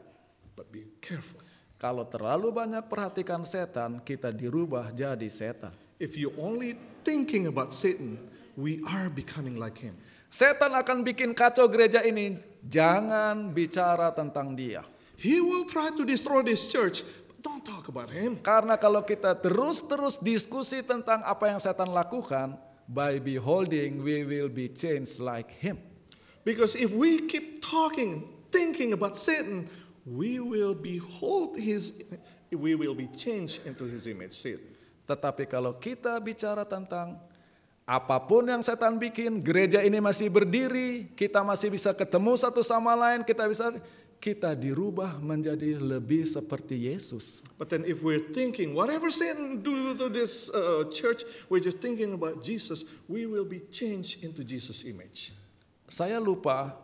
[SPEAKER 2] But be careful.
[SPEAKER 1] Kalau terlalu banyak perhatikan setan, kita dirubah jadi setan.
[SPEAKER 2] If you're only thinking about Satan, we are becoming like him.
[SPEAKER 1] Setan akan bikin kacau gereja ini. Jangan bicara tentang dia.
[SPEAKER 2] He will try to destroy this church, but don't talk about him.
[SPEAKER 1] Karena kalau kita terus-terus diskusi tentang apa yang setan lakukan, by beholding we will be changed like him.
[SPEAKER 2] Because if we keep talking, thinking about Satan, we will behold his, we will be changed into his image, Satan.
[SPEAKER 1] Tetapi kalau kita bicara tentang apapun yang setan bikin, gereja ini masih berdiri, kita masih bisa ketemu satu sama lain, kita bisa kita dirubah menjadi lebih seperti Yesus.
[SPEAKER 2] But then if we're thinking, whatever Satan do to this uh, church, we're just thinking about Jesus, we will be changed into Jesus' image.
[SPEAKER 1] Saya lupa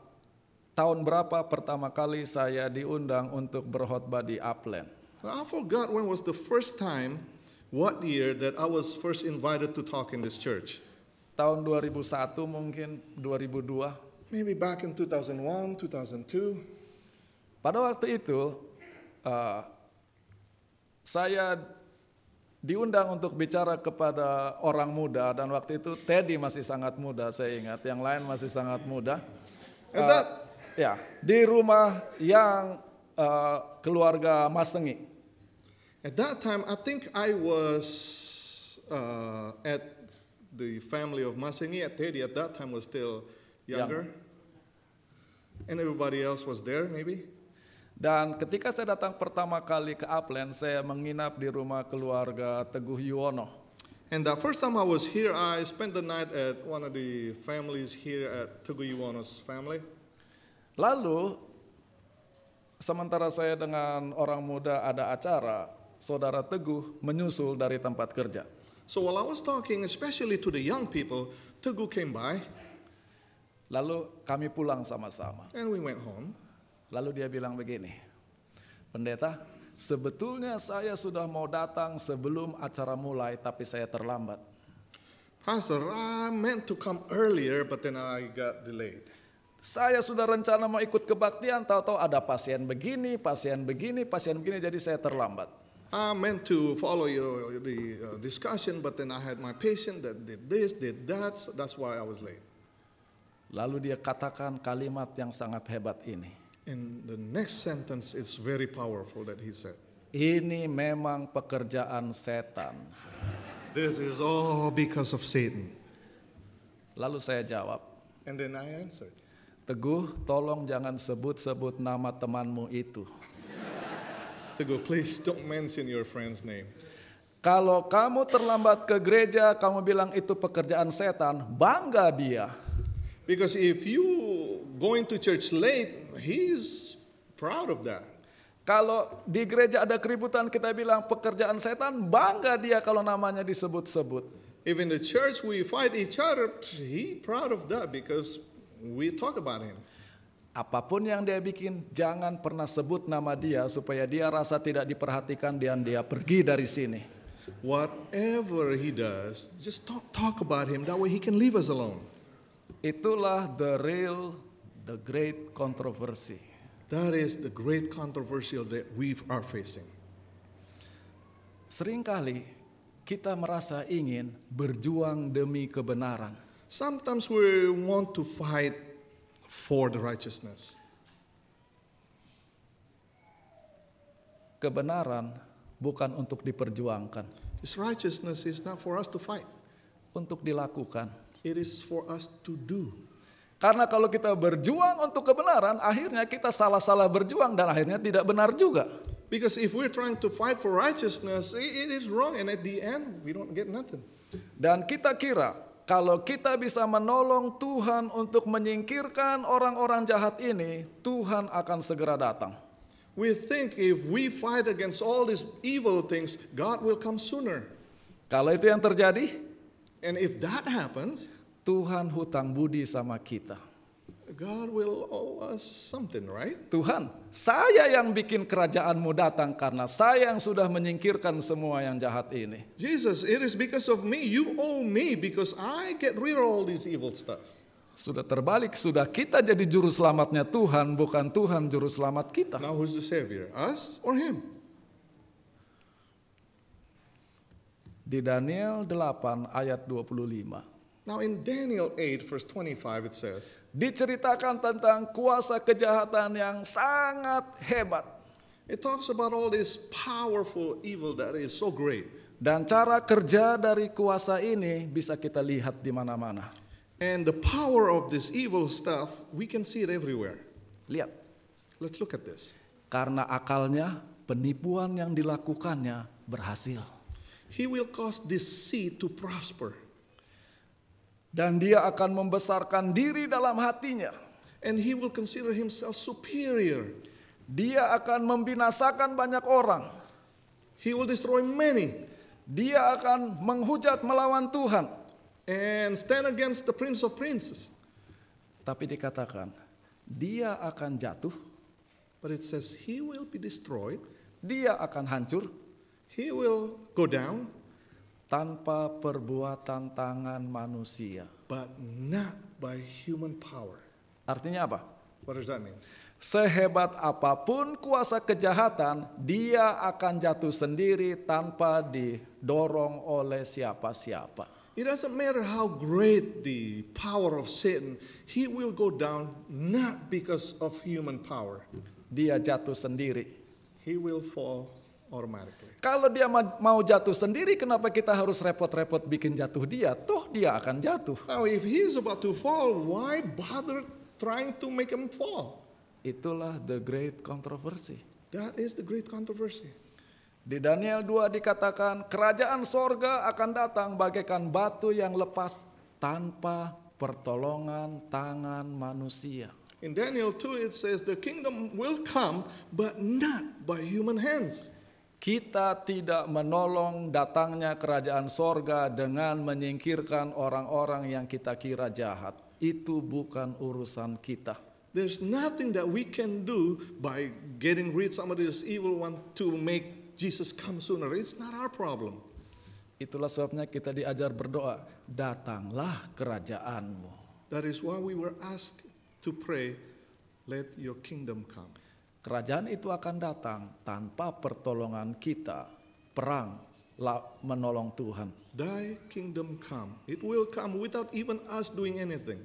[SPEAKER 1] tahun berapa pertama kali saya diundang untuk berkhotbah di Upland.
[SPEAKER 2] I forgot when was the first time, what year that I was first invited to talk in this church.
[SPEAKER 1] Tahun 2001 mungkin 2002.
[SPEAKER 2] Maybe back in 2001, 2002.
[SPEAKER 1] Pada waktu itu, eh, saya diundang untuk bicara kepada orang muda dan waktu itu Teddy masih sangat muda, saya ingat. Yang lain masih sangat muda. Eh,
[SPEAKER 2] And that-
[SPEAKER 1] ya, di rumah yang eh, keluarga Mas Tengi.
[SPEAKER 2] At that time, I think I was uh, at the family of Masengi at Teddy at that time was still younger. And everybody else was there, maybe.
[SPEAKER 1] Dan ketika saya datang pertama kali ke Upland, saya menginap di rumah keluarga Teguh Yuwono.
[SPEAKER 2] And the first time I was here, I spent the night at one of the families here at Tuguyuwono's family.
[SPEAKER 1] Lalu, sementara saya dengan orang muda ada acara, saudara Teguh menyusul dari tempat kerja.
[SPEAKER 2] So while I was talking, especially to the young people, Tugu came by
[SPEAKER 1] Lalu kami pulang sama-sama.
[SPEAKER 2] and we went home.
[SPEAKER 1] Lalu dia bilang begini, pendeta, sebetulnya saya sudah mau datang sebelum acara mulai, tapi saya terlambat.
[SPEAKER 2] Pastor, I meant to come earlier, but then I got delayed.
[SPEAKER 1] Saya sudah rencana mau ikut kebaktian, tahu-tahu ada pasien begini, pasien begini, pasien begini, jadi saya terlambat.
[SPEAKER 2] I meant to follow your, the uh, discussion, but then I had my patient that did this, did that, so that's why I was late.
[SPEAKER 1] Lalu dia katakan kalimat yang sangat hebat ini.
[SPEAKER 2] And the next sentence is very powerful that he said.
[SPEAKER 1] Ini memang pekerjaan setan.
[SPEAKER 2] This is all because of Satan.
[SPEAKER 1] Lalu saya jawab,
[SPEAKER 2] And then I answered,
[SPEAKER 1] Teguh tolong jangan sebut-sebut nama temanmu itu.
[SPEAKER 2] Tego, please don't mention your friend's name.
[SPEAKER 1] Kalau kamu terlambat ke gereja, kamu bilang itu pekerjaan setan, bangga dia.
[SPEAKER 2] Because if you going to church late, he's proud of that.
[SPEAKER 1] Kalau di gereja ada keributan, kita bilang pekerjaan setan, bangga dia kalau namanya disebut-sebut.
[SPEAKER 2] If in the church we fight each other, he proud of that because we talk about him.
[SPEAKER 1] Apapun yang dia bikin, jangan pernah sebut nama dia supaya dia rasa tidak diperhatikan dan dia pergi dari sini.
[SPEAKER 2] Whatever he does, just don't talk about him. That way he can leave us alone.
[SPEAKER 1] Itulah the real, the great controversy.
[SPEAKER 2] That is the great controversial that we are facing.
[SPEAKER 1] Seringkali kita merasa ingin berjuang demi kebenaran.
[SPEAKER 2] Sometimes we want to fight for the righteousness.
[SPEAKER 1] Kebenaran bukan untuk diperjuangkan,
[SPEAKER 2] This righteousness is not for us to fight.
[SPEAKER 1] untuk dilakukan.
[SPEAKER 2] It is for us to do.
[SPEAKER 1] Karena kalau kita berjuang untuk kebenaran, akhirnya kita salah-salah berjuang dan akhirnya tidak benar juga.
[SPEAKER 2] Because if we're trying to fight for righteousness, i- it is wrong, and at the end, we don't get nothing.
[SPEAKER 1] Dan kita kira kalau kita bisa menolong Tuhan untuk menyingkirkan orang-orang jahat ini, Tuhan akan segera datang.
[SPEAKER 2] We think if we fight against all these evil things, God will come sooner.
[SPEAKER 1] Kalau itu yang terjadi,
[SPEAKER 2] And if that happens,
[SPEAKER 1] Tuhan hutang budi sama kita.
[SPEAKER 2] God will owe us something, right?
[SPEAKER 1] Tuhan, saya yang bikin kerajaanmu datang karena saya yang sudah menyingkirkan semua yang jahat ini.
[SPEAKER 2] Jesus, it is because of me. You owe me because I get rid of all these evil stuff.
[SPEAKER 1] Sudah terbalik, sudah kita jadi juru selamatnya Tuhan, bukan Tuhan juru selamat kita.
[SPEAKER 2] Now, who's the Savior? Us or Him?
[SPEAKER 1] Di Daniel 8 ayat 25.
[SPEAKER 2] Now, in Daniel 8, verse 25, it says,
[SPEAKER 1] Diceritakan tentang kuasa kejahatan yang sangat hebat.
[SPEAKER 2] it talks about all this powerful evil that is so great.
[SPEAKER 1] Dan cara kerja dari kuasa ini bisa kita lihat di mana-mana.
[SPEAKER 2] And the power of this evil stuff, we can see it everywhere.
[SPEAKER 1] Lihat,
[SPEAKER 2] Let's look at this.
[SPEAKER 1] karena akalnya penipuan yang dilakukannya berhasil.
[SPEAKER 2] He will cause this seed to prosper,
[SPEAKER 1] Dan dia akan membesarkan diri dalam hatinya.
[SPEAKER 2] and he will consider himself superior.
[SPEAKER 1] Dia akan membinasakan banyak orang.
[SPEAKER 2] He will destroy many
[SPEAKER 1] Dia akan menghujat melawan Tuhan.
[SPEAKER 2] and stand against the prince of princes.
[SPEAKER 1] Tapi dikatakan, dia akan jatuh,
[SPEAKER 2] But it says he will be destroyed,
[SPEAKER 1] dia akan hancur
[SPEAKER 2] he will go down,
[SPEAKER 1] tanpa perbuatan tangan manusia.
[SPEAKER 2] but not by human power.
[SPEAKER 1] Artinya apa?
[SPEAKER 2] What does that mean?
[SPEAKER 1] Sehebat apapun kuasa kejahatan, dia akan jatuh sendiri tanpa didorong oleh siapa-siapa.
[SPEAKER 2] It doesn't matter how great the power of Satan, he will go down not because of human power.
[SPEAKER 1] Dia jatuh sendiri.
[SPEAKER 2] He will fall automatically.
[SPEAKER 1] Kalau dia ma- mau jatuh sendiri, kenapa kita harus repot-repot bikin jatuh dia? Toh dia akan jatuh.
[SPEAKER 2] Now, if he's about to fall, why bother trying to make him fall?
[SPEAKER 1] Itulah the great controversy.
[SPEAKER 2] That is the great controversy.
[SPEAKER 1] Di Daniel 2 dikatakan, kerajaan sorga akan datang bagaikan batu yang lepas tanpa pertolongan tangan manusia.
[SPEAKER 2] In Daniel 2, it says, The kingdom will come, but not by human hands.
[SPEAKER 1] Kita tidak menolong datangnya kerajaan sorga dengan menyingkirkan orang-orang yang kita kira jahat. Itu bukan urusan kita.
[SPEAKER 2] There's nothing that we can do by getting rid of some of this evil one to make Jesus come sooner. It's not our problem.
[SPEAKER 1] Itulah sebabnya kita diajar berdoa, datanglah kerajaanmu.
[SPEAKER 2] That is why we were asked to pray, Let your kingdom come.
[SPEAKER 1] Kerajaan itu akan datang tanpa pertolongan kita. Perang la- menolong Tuhan.
[SPEAKER 2] Thy kingdom come. It will come without even us doing anything.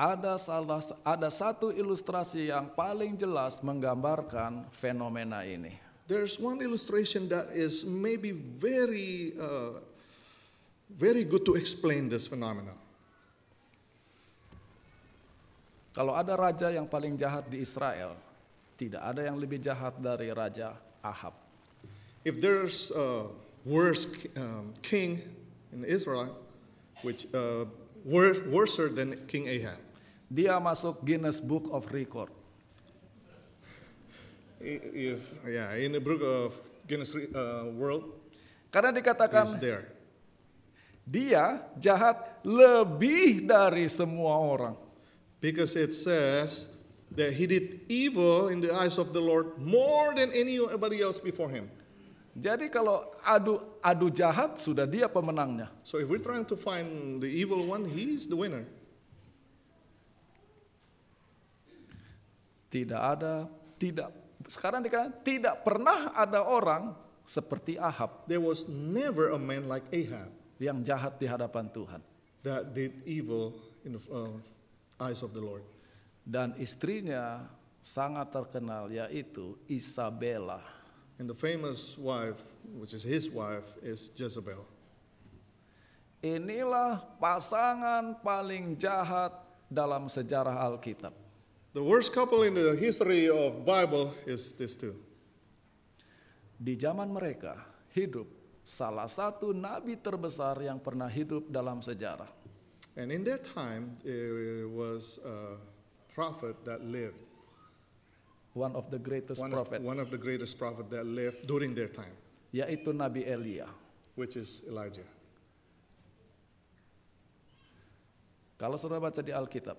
[SPEAKER 1] Ada salah ada satu ilustrasi yang paling jelas menggambarkan fenomena ini.
[SPEAKER 2] There's one illustration that is maybe very, uh, very good to explain this phenomenon.
[SPEAKER 1] Kalau ada raja yang paling jahat di Israel, tidak ada yang lebih jahat dari raja Ahab.
[SPEAKER 2] If there's a worse um, king in Israel, which uh, worse, worser than King Ahab,
[SPEAKER 1] Dia masuk Guinness Book of Record.
[SPEAKER 2] i- if yeah, in the book of Guinness uh, World
[SPEAKER 1] Karena
[SPEAKER 2] is
[SPEAKER 1] dikatakan
[SPEAKER 2] there.
[SPEAKER 1] dia jahat lebih dari semua orang.
[SPEAKER 2] Because it says that he did evil in the eyes of the Lord more than anybody else before him.
[SPEAKER 1] Jadi kalau adu adu jahat sudah dia pemenangnya.
[SPEAKER 2] So if we're trying to find the evil one, he's the winner.
[SPEAKER 1] Tidak ada tidak sekarang dikatakan tidak pernah ada orang seperti Ahab
[SPEAKER 2] There was never a man like Ahab
[SPEAKER 1] yang jahat di hadapan Tuhan.
[SPEAKER 2] that did evil in the uh, eyes of the Lord.
[SPEAKER 1] Dan istrinya sangat terkenal yaitu Isabella.
[SPEAKER 2] And the famous wife, which is his wife, is Jezebel.
[SPEAKER 1] Inilah pasangan paling jahat dalam sejarah Alkitab.
[SPEAKER 2] The worst couple in the history of Bible is these two.
[SPEAKER 1] Di zaman mereka hidup salah satu nabi terbesar yang pernah hidup dalam sejarah.
[SPEAKER 2] And in their time, there was a prophet that lived,
[SPEAKER 1] One of the greatest
[SPEAKER 2] one,
[SPEAKER 1] prophet.
[SPEAKER 2] Is, one of the greatest prophet that lived during their time,
[SPEAKER 1] yaitu Nabi Elia.
[SPEAKER 2] which is Elijah.
[SPEAKER 1] Kalau saudara baca di Alkitab,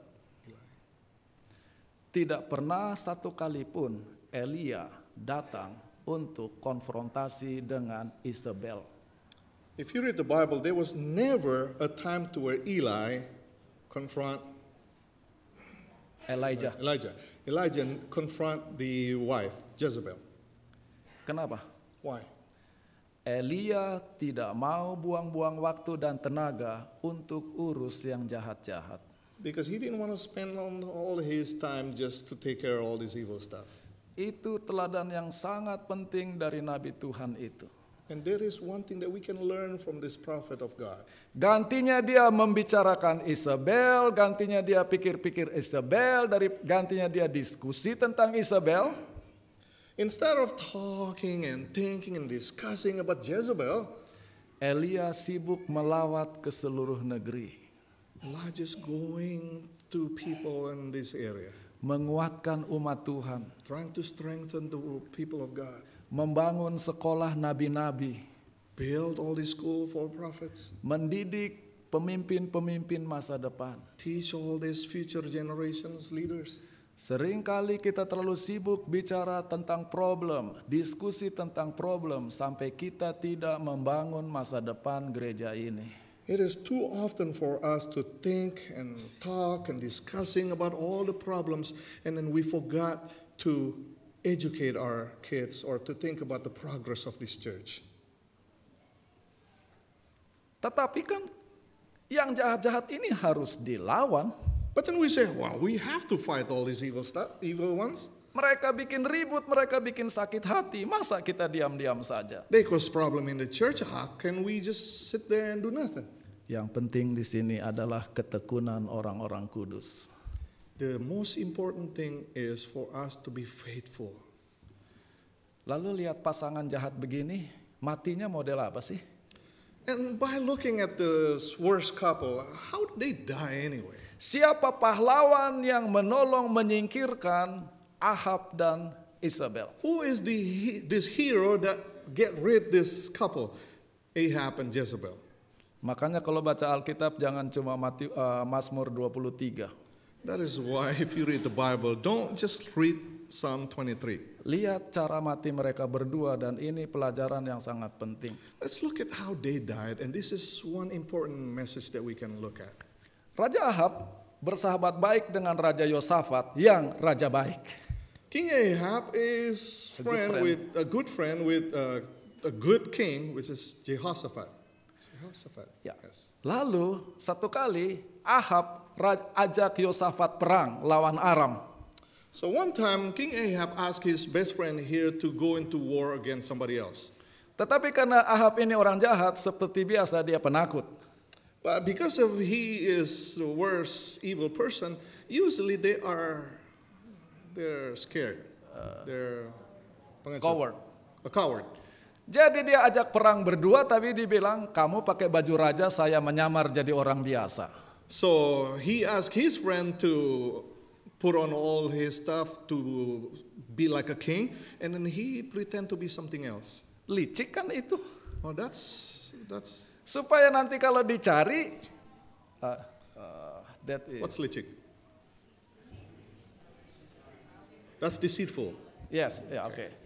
[SPEAKER 1] tidak pernah satu kali pun Elia datang untuk konfrontasi dengan Isabel.
[SPEAKER 2] If you read the Bible, there was never a time to where Eli confront
[SPEAKER 1] Elijah.
[SPEAKER 2] Elijah. Elijah confront the wife, Jezebel.
[SPEAKER 1] Kenapa?
[SPEAKER 2] Why?
[SPEAKER 1] Elia tidak mau buang-buang waktu dan tenaga untuk urus yang jahat-jahat.
[SPEAKER 2] Because he didn't want to spend on all his time just to take care of all this evil stuff.
[SPEAKER 1] Itu teladan yang sangat penting dari nabi Tuhan itu.
[SPEAKER 2] And there is one thing that we can learn from this prophet of God.
[SPEAKER 1] Gantinya dia membicarakan Isabel, gantinya dia pikir-pikir Isabel, dari gantinya dia diskusi tentang Isabel.
[SPEAKER 2] Instead of talking and thinking and discussing about Jezebel,
[SPEAKER 1] Elia sibuk melawat ke seluruh negeri,
[SPEAKER 2] Elijah's going to people in this area,
[SPEAKER 1] menguatkan umat Tuhan,
[SPEAKER 2] trying to strengthen the people of God,
[SPEAKER 1] membangun sekolah nabi-nabi,
[SPEAKER 2] build all this school for prophets,
[SPEAKER 1] mendidik pemimpin-pemimpin masa depan.
[SPEAKER 2] teach all these future generations leaders.
[SPEAKER 1] Seringkali kita terlalu sibuk bicara tentang problem, diskusi tentang problem sampai kita tidak membangun masa depan gereja ini.
[SPEAKER 2] It is too often for us to think and talk and discussing about all the problems, and then we forgot to educate our kids or to think about the progress of this church.
[SPEAKER 1] Tetapi kan yang jahat-jahat ini harus dilawan.
[SPEAKER 2] But then we say, well, we have to fight all these evil stuff, evil ones.
[SPEAKER 1] Mereka bikin ribut, mereka bikin sakit hati. Masa kita diam-diam saja?
[SPEAKER 2] They cause problem in the church. How can we just sit there and do nothing?
[SPEAKER 1] Yang penting di sini adalah ketekunan orang-orang kudus.
[SPEAKER 2] The most important thing is for us to be faithful.
[SPEAKER 1] Lalu lihat pasangan jahat begini, matinya model apa sih?
[SPEAKER 2] And by looking at this worst couple, how did they die anyway?
[SPEAKER 1] Siapa pahlawan yang menolong menyingkirkan Ahab dan Isabel?
[SPEAKER 2] Who is the he- this hero that get rid this couple, Ahab and Jezebel?
[SPEAKER 1] Makanya kalau baca Alkitab jangan cuma Mati, eh, Mazmur 23.
[SPEAKER 2] That is why if you read the Bible, don't just read Psalm 23.
[SPEAKER 1] Lihat cara mati mereka berdua dan ini pelajaran yang sangat penting.
[SPEAKER 2] Let's look at how they died, and this is one important message that we can look at.
[SPEAKER 1] Raja Ahab bersahabat baik dengan Raja Yosafat yang raja baik.
[SPEAKER 2] King Ahab is
[SPEAKER 1] A good
[SPEAKER 2] friend,
[SPEAKER 1] friend.
[SPEAKER 2] with a good friend with uh, a good king, which is Jehoshaphat. Jehoshaphat.
[SPEAKER 1] Ya.
[SPEAKER 2] Yes.
[SPEAKER 1] Lalu satu kali Ahab ra- ajak Yosafat perang lawan Aram.
[SPEAKER 2] So one time, King Ahab asked his best friend here to go into war against somebody else.
[SPEAKER 1] Tetapi karena Ahab ini orang jahat seperti biasa dia penakut.
[SPEAKER 2] But because of he is the worst evil person, usually they are they're scared. they're
[SPEAKER 1] Uh, Coward.
[SPEAKER 2] A coward.
[SPEAKER 1] Jadi dia ajak perang berdua tapi dibilang kamu pakai baju raja saya menyamar jadi orang biasa.
[SPEAKER 2] So he asked his friend to put on all his stuff to be like a king, and then he pretend to be something else.
[SPEAKER 1] Licik kan itu.
[SPEAKER 2] Oh, that's that's
[SPEAKER 1] Supaya nanti kalau dicari eh, eh, that is-
[SPEAKER 2] what's licik. That's deceitful.
[SPEAKER 1] Yes, ya oke.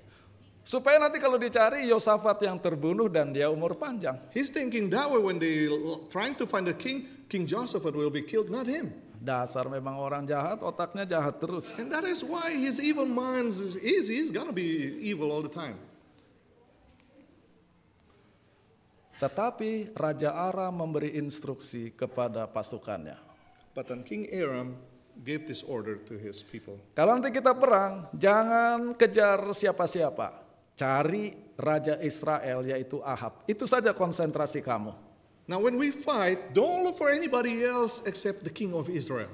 [SPEAKER 1] Supaya nanti kalau dicari Yosafat yang terbunuh dan dia umur panjang.
[SPEAKER 2] He's thinking that way when they l- trying to find a king, King Josephat will be killed, not him.
[SPEAKER 1] Dasar memang orang jahat, otaknya jahat terus.
[SPEAKER 2] And that is why his evil mind is, is he's gonna be evil all the time.
[SPEAKER 1] Tetapi Raja Aram memberi instruksi kepada pasukannya.
[SPEAKER 2] But then King Aram gave this order to his people.
[SPEAKER 1] Kalau nanti kita perang, jangan kejar siapa-siapa. Cari Raja Israel yaitu Ahab. Itu saja konsentrasi kamu.
[SPEAKER 2] Now, when we fight, don't look for anybody else except the king of Israel.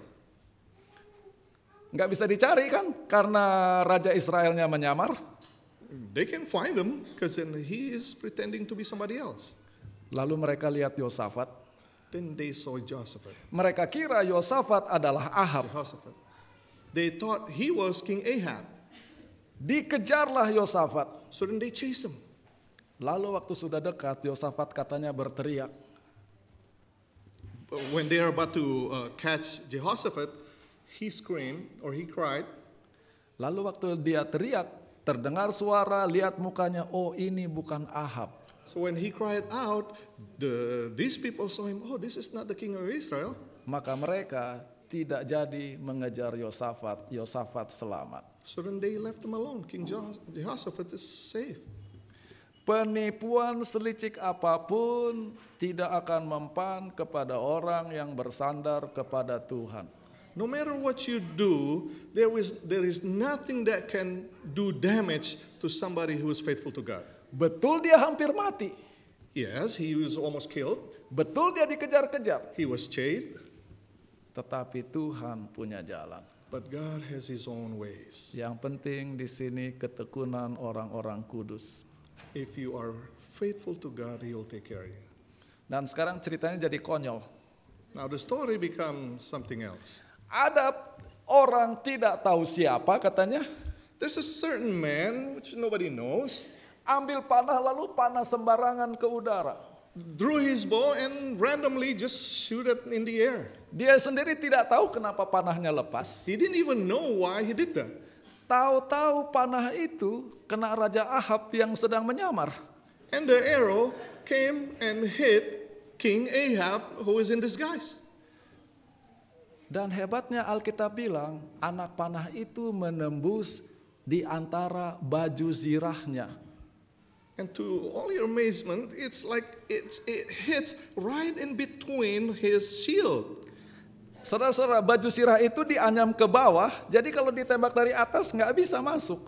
[SPEAKER 1] Nggak bisa dicari kan? Karena Raja Israelnya menyamar.
[SPEAKER 2] They can find him because then he is pretending to be somebody else.
[SPEAKER 1] Lalu mereka lihat Yosafat.
[SPEAKER 2] Then they saw Josephat,
[SPEAKER 1] Mereka kira Yosafat adalah Ahab.
[SPEAKER 2] Jehoshaphat. They thought he was King Ahab.
[SPEAKER 1] Dikejarlah Yosafat.
[SPEAKER 2] So then they chased him.
[SPEAKER 1] Lalu waktu sudah dekat, Yosafat katanya berteriak.
[SPEAKER 2] But when they are about to uh, catch Jehoshaphat, he screamed or he cried.
[SPEAKER 1] Lalu waktu dia teriak, terdengar suara, lihat mukanya, oh ini bukan Ahab.
[SPEAKER 2] So when he cried out, the, these people saw him, oh, this is not the king of Israel.
[SPEAKER 1] Maka mereka tidak jadi mengejar Yosafat. Yosafat selamat.
[SPEAKER 2] So then they left him alone. King Jeho- Jehoshaphat is safe.
[SPEAKER 1] Penipuan selicik apapun tidak akan mempan kepada orang yang bersandar kepada Tuhan.
[SPEAKER 2] No matter what you do, there is, there is nothing that can do damage to somebody who is faithful to God.
[SPEAKER 1] Betul dia hampir mati.
[SPEAKER 2] Yes, he was almost killed,
[SPEAKER 1] Betul dia dikejar-kejar.
[SPEAKER 2] he was chased,
[SPEAKER 1] Tetapi Tuhan punya jalan.
[SPEAKER 2] but God has his own ways.
[SPEAKER 1] Yang penting di sini ketekunan orang-orang kudus.
[SPEAKER 2] If you are faithful to God, he will take care of you.
[SPEAKER 1] Dan sekarang ceritanya jadi konyol.
[SPEAKER 2] Now, the story becomes something else.
[SPEAKER 1] Ada orang tidak tahu siapa katanya
[SPEAKER 2] There's a certain man, which nobody knows,
[SPEAKER 1] ambil panah lalu panah sembarangan ke udara.
[SPEAKER 2] drew his bow and randomly just shoot it in the air.
[SPEAKER 1] Dia sendiri tidak tahu kenapa panahnya lepas.
[SPEAKER 2] He didn't even know why he did that.
[SPEAKER 1] Tahu-tahu panah itu kena Raja Ahab yang sedang menyamar.
[SPEAKER 2] And the arrow came and hit King Ahab, who is in disguise.
[SPEAKER 1] Dan hebatnya Alkitab bilang anak panah itu menembus di antara baju zirahnya.
[SPEAKER 2] And to all your amazement, it's like it's, it hits right in between his shield.
[SPEAKER 1] Saudara-saudara, baju sirah itu dianyam ke bawah, jadi kalau ditembak dari atas nggak bisa masuk.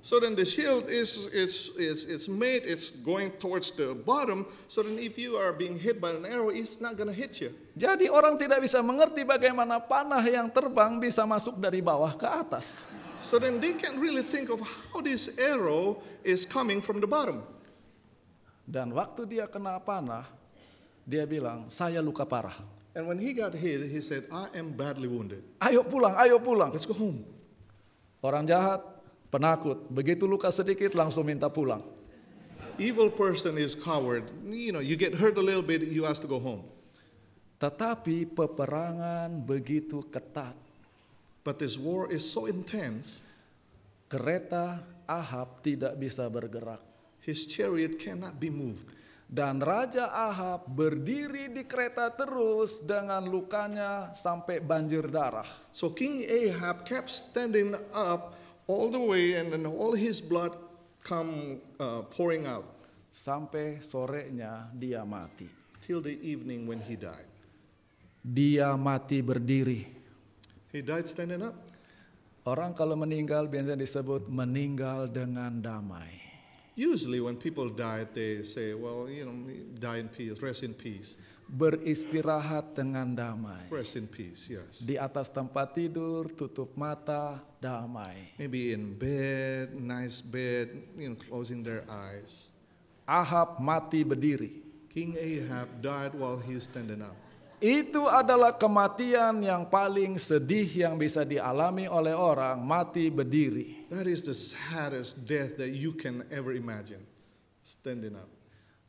[SPEAKER 2] So then the shield is, is, is, is made, it's going towards the bottom. So then if you are being hit by an arrow, it's not going to hit you.
[SPEAKER 1] Jadi orang tidak bisa mengerti bagaimana panah yang terbang bisa masuk dari bawah ke atas.
[SPEAKER 2] So then they can't really think of how this arrow is coming from the bottom.
[SPEAKER 1] Dan waktu dia kena panah, dia bilang, saya luka parah.
[SPEAKER 2] And when he got hit, he said, I am badly wounded.
[SPEAKER 1] Ayo pulang, ayo pulang.
[SPEAKER 2] Let's go home.
[SPEAKER 1] Orang jahat, penakut, begitu luka sedikit langsung minta pulang.
[SPEAKER 2] Evil person is coward. You know, you get hurt a little bit, you ask to go home.
[SPEAKER 1] Tetapi peperangan begitu ketat.
[SPEAKER 2] But this war is so intense,
[SPEAKER 1] Kereta Ahab tidak bisa bergerak.
[SPEAKER 2] his chariot cannot be moved.
[SPEAKER 1] Dan Raja Ahab berdiri di kereta terus dengan lukanya sampai banjir darah.
[SPEAKER 2] So King Ahab kept standing up all the way, and then all his blood come uh, pouring out
[SPEAKER 1] Sampai sorenya dia mati.
[SPEAKER 2] till the evening when he died.
[SPEAKER 1] Dia mati berdiri.
[SPEAKER 2] He died standing up.
[SPEAKER 1] Orang kalau meninggal biasanya disebut meninggal dengan damai.
[SPEAKER 2] Usually, when people die, they say, "Well, you know, die in peace, rest in peace,
[SPEAKER 1] Beristirahat dengan damai.
[SPEAKER 2] rest in peace." Yes.
[SPEAKER 1] Di atas tempat tidur, tutup mata, damai.
[SPEAKER 2] Maybe in bed, nice bed, you know, closing their eyes.
[SPEAKER 1] Ahab mati berdiri.
[SPEAKER 2] King Ahab died while he's standing up.
[SPEAKER 1] Itu adalah kematian yang paling sedih yang bisa dialami oleh orang mati berdiri.
[SPEAKER 2] That is the saddest death that you can ever imagine. Standing up.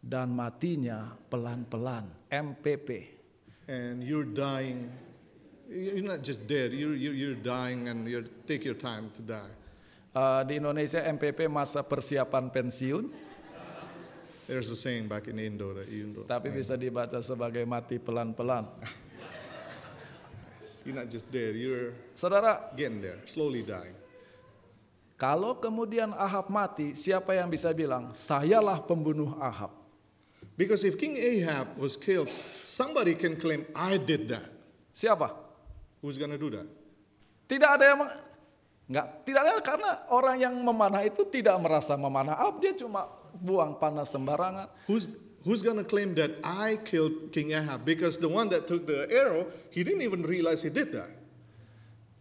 [SPEAKER 1] Dan matinya pelan-pelan, MPP.
[SPEAKER 2] and you're dying. You're not just dead. You're you're, you're dying, and you take your time to die.
[SPEAKER 1] Eh, di Indonesia MPP masa persiapan pensiun,
[SPEAKER 2] There's a saying back in Indo that you know,
[SPEAKER 1] tapi bisa dibaca sebagai mati pelan-pelan.
[SPEAKER 2] you're not just dead. You're
[SPEAKER 1] Saudara,
[SPEAKER 2] getting there, slowly dying.
[SPEAKER 1] kalau kemudian Ahab mati, siapa yang bisa bilang, sayalah pembunuh Ahab?
[SPEAKER 2] Because if King Ahab was killed, somebody can claim I did that.
[SPEAKER 1] Siapa?
[SPEAKER 2] Who's gonna do that?
[SPEAKER 1] Tidak ada yang nggak tidak ada karena orang yang memanah itu tidak merasa memanah Ab, dia cuma buang panah sembarangan.
[SPEAKER 2] Who's Who's gonna claim that I killed King Ahab? Because the one that took the arrow, he didn't even realize he did that.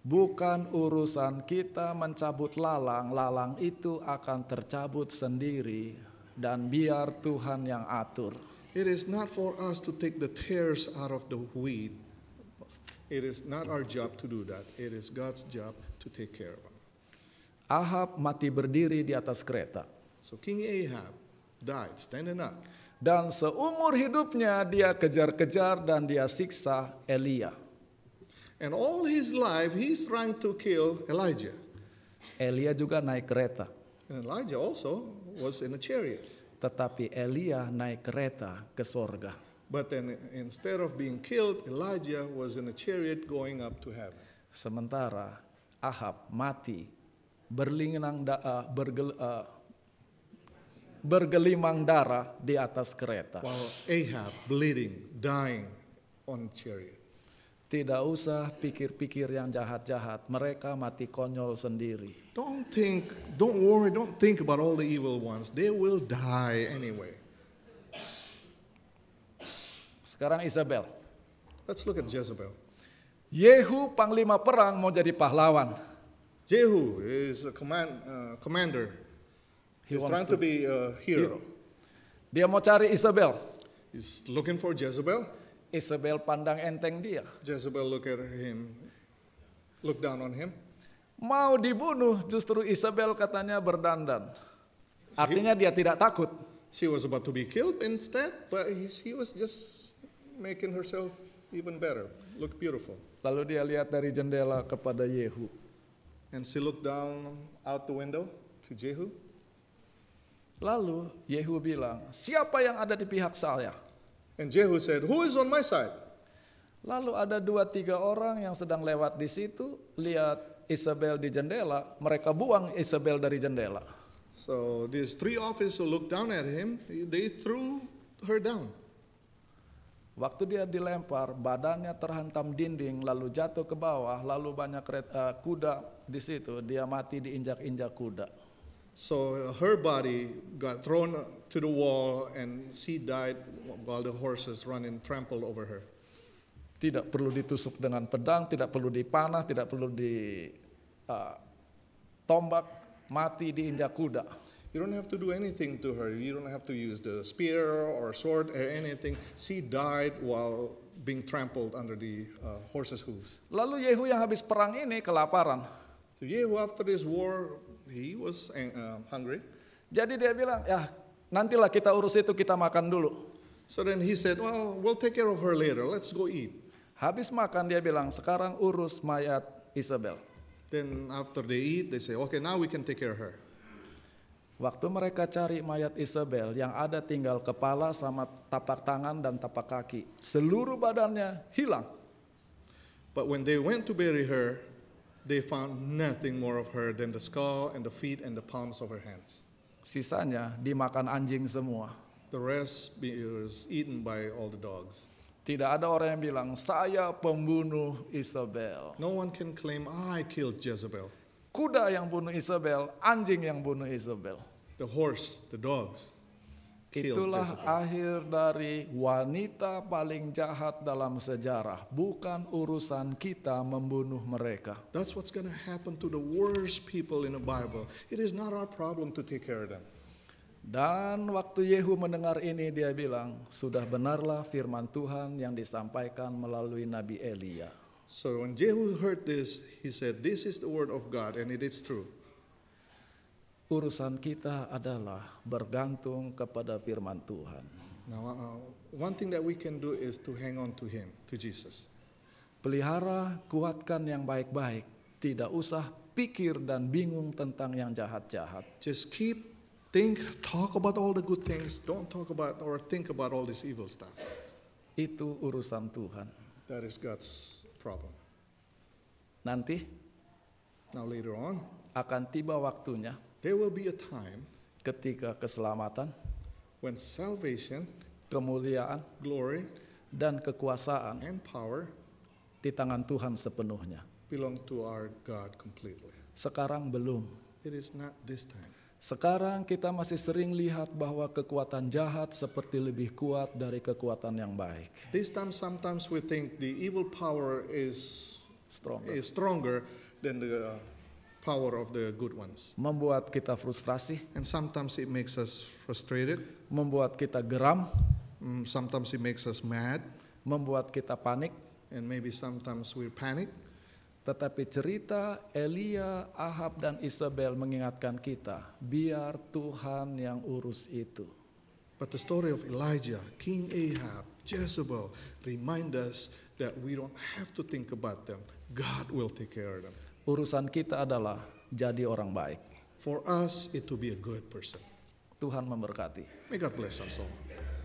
[SPEAKER 1] Bukan urusan kita mencabut lalang, lalang itu akan tercabut sendiri dan biar Tuhan yang atur.
[SPEAKER 2] It is not for us to take the tares out of the wheat. It is not our job to do that. It is God's job to take care of it.
[SPEAKER 1] Ahab mati berdiri di atas kereta
[SPEAKER 2] So King Ahab died standing up.
[SPEAKER 1] dan seumur hidupnya dia kejar-kejar dan dia siksa Elia.
[SPEAKER 2] And all his life, he's trying to kill Elijah.
[SPEAKER 1] Elia juga naik kereta,
[SPEAKER 2] And Elijah also was in a chariot.
[SPEAKER 1] tetapi Elia naik kereta ke sorga.
[SPEAKER 2] But then instead of being killed, Elijah was in a chariot going up to heaven.
[SPEAKER 1] Sementara Ahab mati berlinang da- eh, bergel- eh, bergelimang darah di atas kereta.
[SPEAKER 2] While Ahab bleeding, dying on chariot.
[SPEAKER 1] Tidak usah pikir-pikir yang jahat-jahat, mereka mati konyol sendiri.
[SPEAKER 2] Don't think, don't worry, don't think about all the evil ones. They will die anyway.
[SPEAKER 1] Sekarang Isabel,
[SPEAKER 2] Let's look at Jezebel.
[SPEAKER 1] Yehu panglima perang mau jadi pahlawan.
[SPEAKER 2] Jehu is a command, uh, commander.
[SPEAKER 1] He
[SPEAKER 2] He's
[SPEAKER 1] wants
[SPEAKER 2] trying to, be a hero.
[SPEAKER 1] Dia mau cari Isabel.
[SPEAKER 2] He's looking for Jezebel.
[SPEAKER 1] Isabel pandang enteng dia.
[SPEAKER 2] Jezebel look at him, look down on him.
[SPEAKER 1] Mau dibunuh justru Isabel katanya berdandan. Artinya dia tidak takut.
[SPEAKER 2] She was about to be killed instead, but he, she was just making herself even better, look beautiful.
[SPEAKER 1] Lalu dia lihat dari jendela kepada Yehu.
[SPEAKER 2] And she looked down out the window to Jehu.
[SPEAKER 1] Lalu Yehu bilang, siapa yang ada di pihak saya?
[SPEAKER 2] And Jehu said, Who is on my side?
[SPEAKER 1] Lalu ada dua tiga orang yang sedang lewat di situ, lihat Isabel di jendela, mereka buang Isabel dari jendela.
[SPEAKER 2] So these three officers looked down at him. They threw her down.
[SPEAKER 1] Waktu dia dilempar, badannya terhantam dinding, lalu jatuh ke bawah, lalu banyak keret- eh, kuda di situ. Dia mati diinjak-injak kuda.
[SPEAKER 2] So uh, her body got thrown to the wall, and she died while the horses run and trampled over her.
[SPEAKER 1] Tidak perlu ditusuk dengan pedang, tidak perlu dipanah, tidak perlu di eh, tombak, mati diinjak kuda.
[SPEAKER 2] You don't have to do anything to her. You don't have to use the spear or sword or anything. She died while being trampled under the uh, horses' hooves.
[SPEAKER 1] Lalu Yehu yang habis perang ini kelaparan.
[SPEAKER 2] So Yehu, after this war, he was uh, hungry.
[SPEAKER 1] Jadi dia bilang, ya nantilah kita urus itu kita makan dulu.
[SPEAKER 2] So then he said, "Well, we'll take care of her later. Let's go eat."
[SPEAKER 1] Habis makan dia bilang, sekarang urus mayat Isabel.
[SPEAKER 2] Then after they eat, they say, "Okay, now we can take care of her."
[SPEAKER 1] Waktu mereka cari mayat Isabel yang ada tinggal kepala sama tapak tangan dan tapak kaki. Seluruh badannya hilang.
[SPEAKER 2] But when they went to bury her, they found nothing more of her than the skull and the feet and the palms of her hands.
[SPEAKER 1] Sisanya dimakan anjing semua.
[SPEAKER 2] The rest be- was eaten by all the dogs.
[SPEAKER 1] Tidak ada orang yang bilang, saya pembunuh Isabel.
[SPEAKER 2] No one can claim, I killed Jezebel.
[SPEAKER 1] Kuda yang bunuh Isabel, anjing yang bunuh Isabel.
[SPEAKER 2] The horse, the dogs. killed
[SPEAKER 1] Itulah
[SPEAKER 2] Jezebel.
[SPEAKER 1] akhir dari wanita paling jahat dalam sejarah. Bukan urusan kita membunuh mereka.
[SPEAKER 2] That's what's going to happen to the worst people in the Bible. It is not our problem to take care of them.
[SPEAKER 1] Dan waktu Yehu mendengar ini dia bilang, sudah benarlah firman Tuhan yang disampaikan melalui Nabi Elia.
[SPEAKER 2] So when Jehu heard this, he said, This is the word of God, and it is true.
[SPEAKER 1] Urusan kita adalah bergantung kepada firman Tuhan.
[SPEAKER 2] Now, uh, one thing that we can do is to hang on to him, to Jesus.
[SPEAKER 1] Pelihara, kuatkan yang baik-baik. Tidak usah pikir dan bingung tentang yang jahat-jahat.
[SPEAKER 2] Just keep think talk about all the good things. Don't talk about or think about all this evil stuff.
[SPEAKER 1] Itu urusan Tuhan.
[SPEAKER 2] That is God's problem.
[SPEAKER 1] Nanti
[SPEAKER 2] Now later on,
[SPEAKER 1] akan tiba waktunya
[SPEAKER 2] there will be a time
[SPEAKER 1] ketika keselamatan,
[SPEAKER 2] when salvation,
[SPEAKER 1] kemuliaan,
[SPEAKER 2] glory,
[SPEAKER 1] dan kekuasaan
[SPEAKER 2] and power
[SPEAKER 1] di tangan Tuhan sepenuhnya.
[SPEAKER 2] belong to our God completely.
[SPEAKER 1] Sekarang belum.
[SPEAKER 2] It is not this time.
[SPEAKER 1] Sekarang kita masih sering lihat bahwa kekuatan jahat seperti lebih kuat dari kekuatan yang baik.
[SPEAKER 2] This time sometimes we think the evil power is
[SPEAKER 1] Strong.
[SPEAKER 2] is stronger than the uh, power of the good ones.
[SPEAKER 1] Membuat kita frustrasi,
[SPEAKER 2] And sometimes it makes us frustrated.
[SPEAKER 1] membuat kita geram,
[SPEAKER 2] Mm, Sometimes it makes us mad.
[SPEAKER 1] membuat kita panik.
[SPEAKER 2] and maybe sometimes we panic.
[SPEAKER 1] Tetapi cerita Elia, Ahab, dan Isabel mengingatkan kita, biar Tuhan yang urus itu.
[SPEAKER 2] But the story of Elijah, King Ahab, Jezebel remind us that we don't have to think about them. God will take care of them.
[SPEAKER 1] Urusan kita adalah jadi orang baik.
[SPEAKER 2] For us, it to be a good person.
[SPEAKER 1] Tuhan memberkati.
[SPEAKER 2] May God bless us all.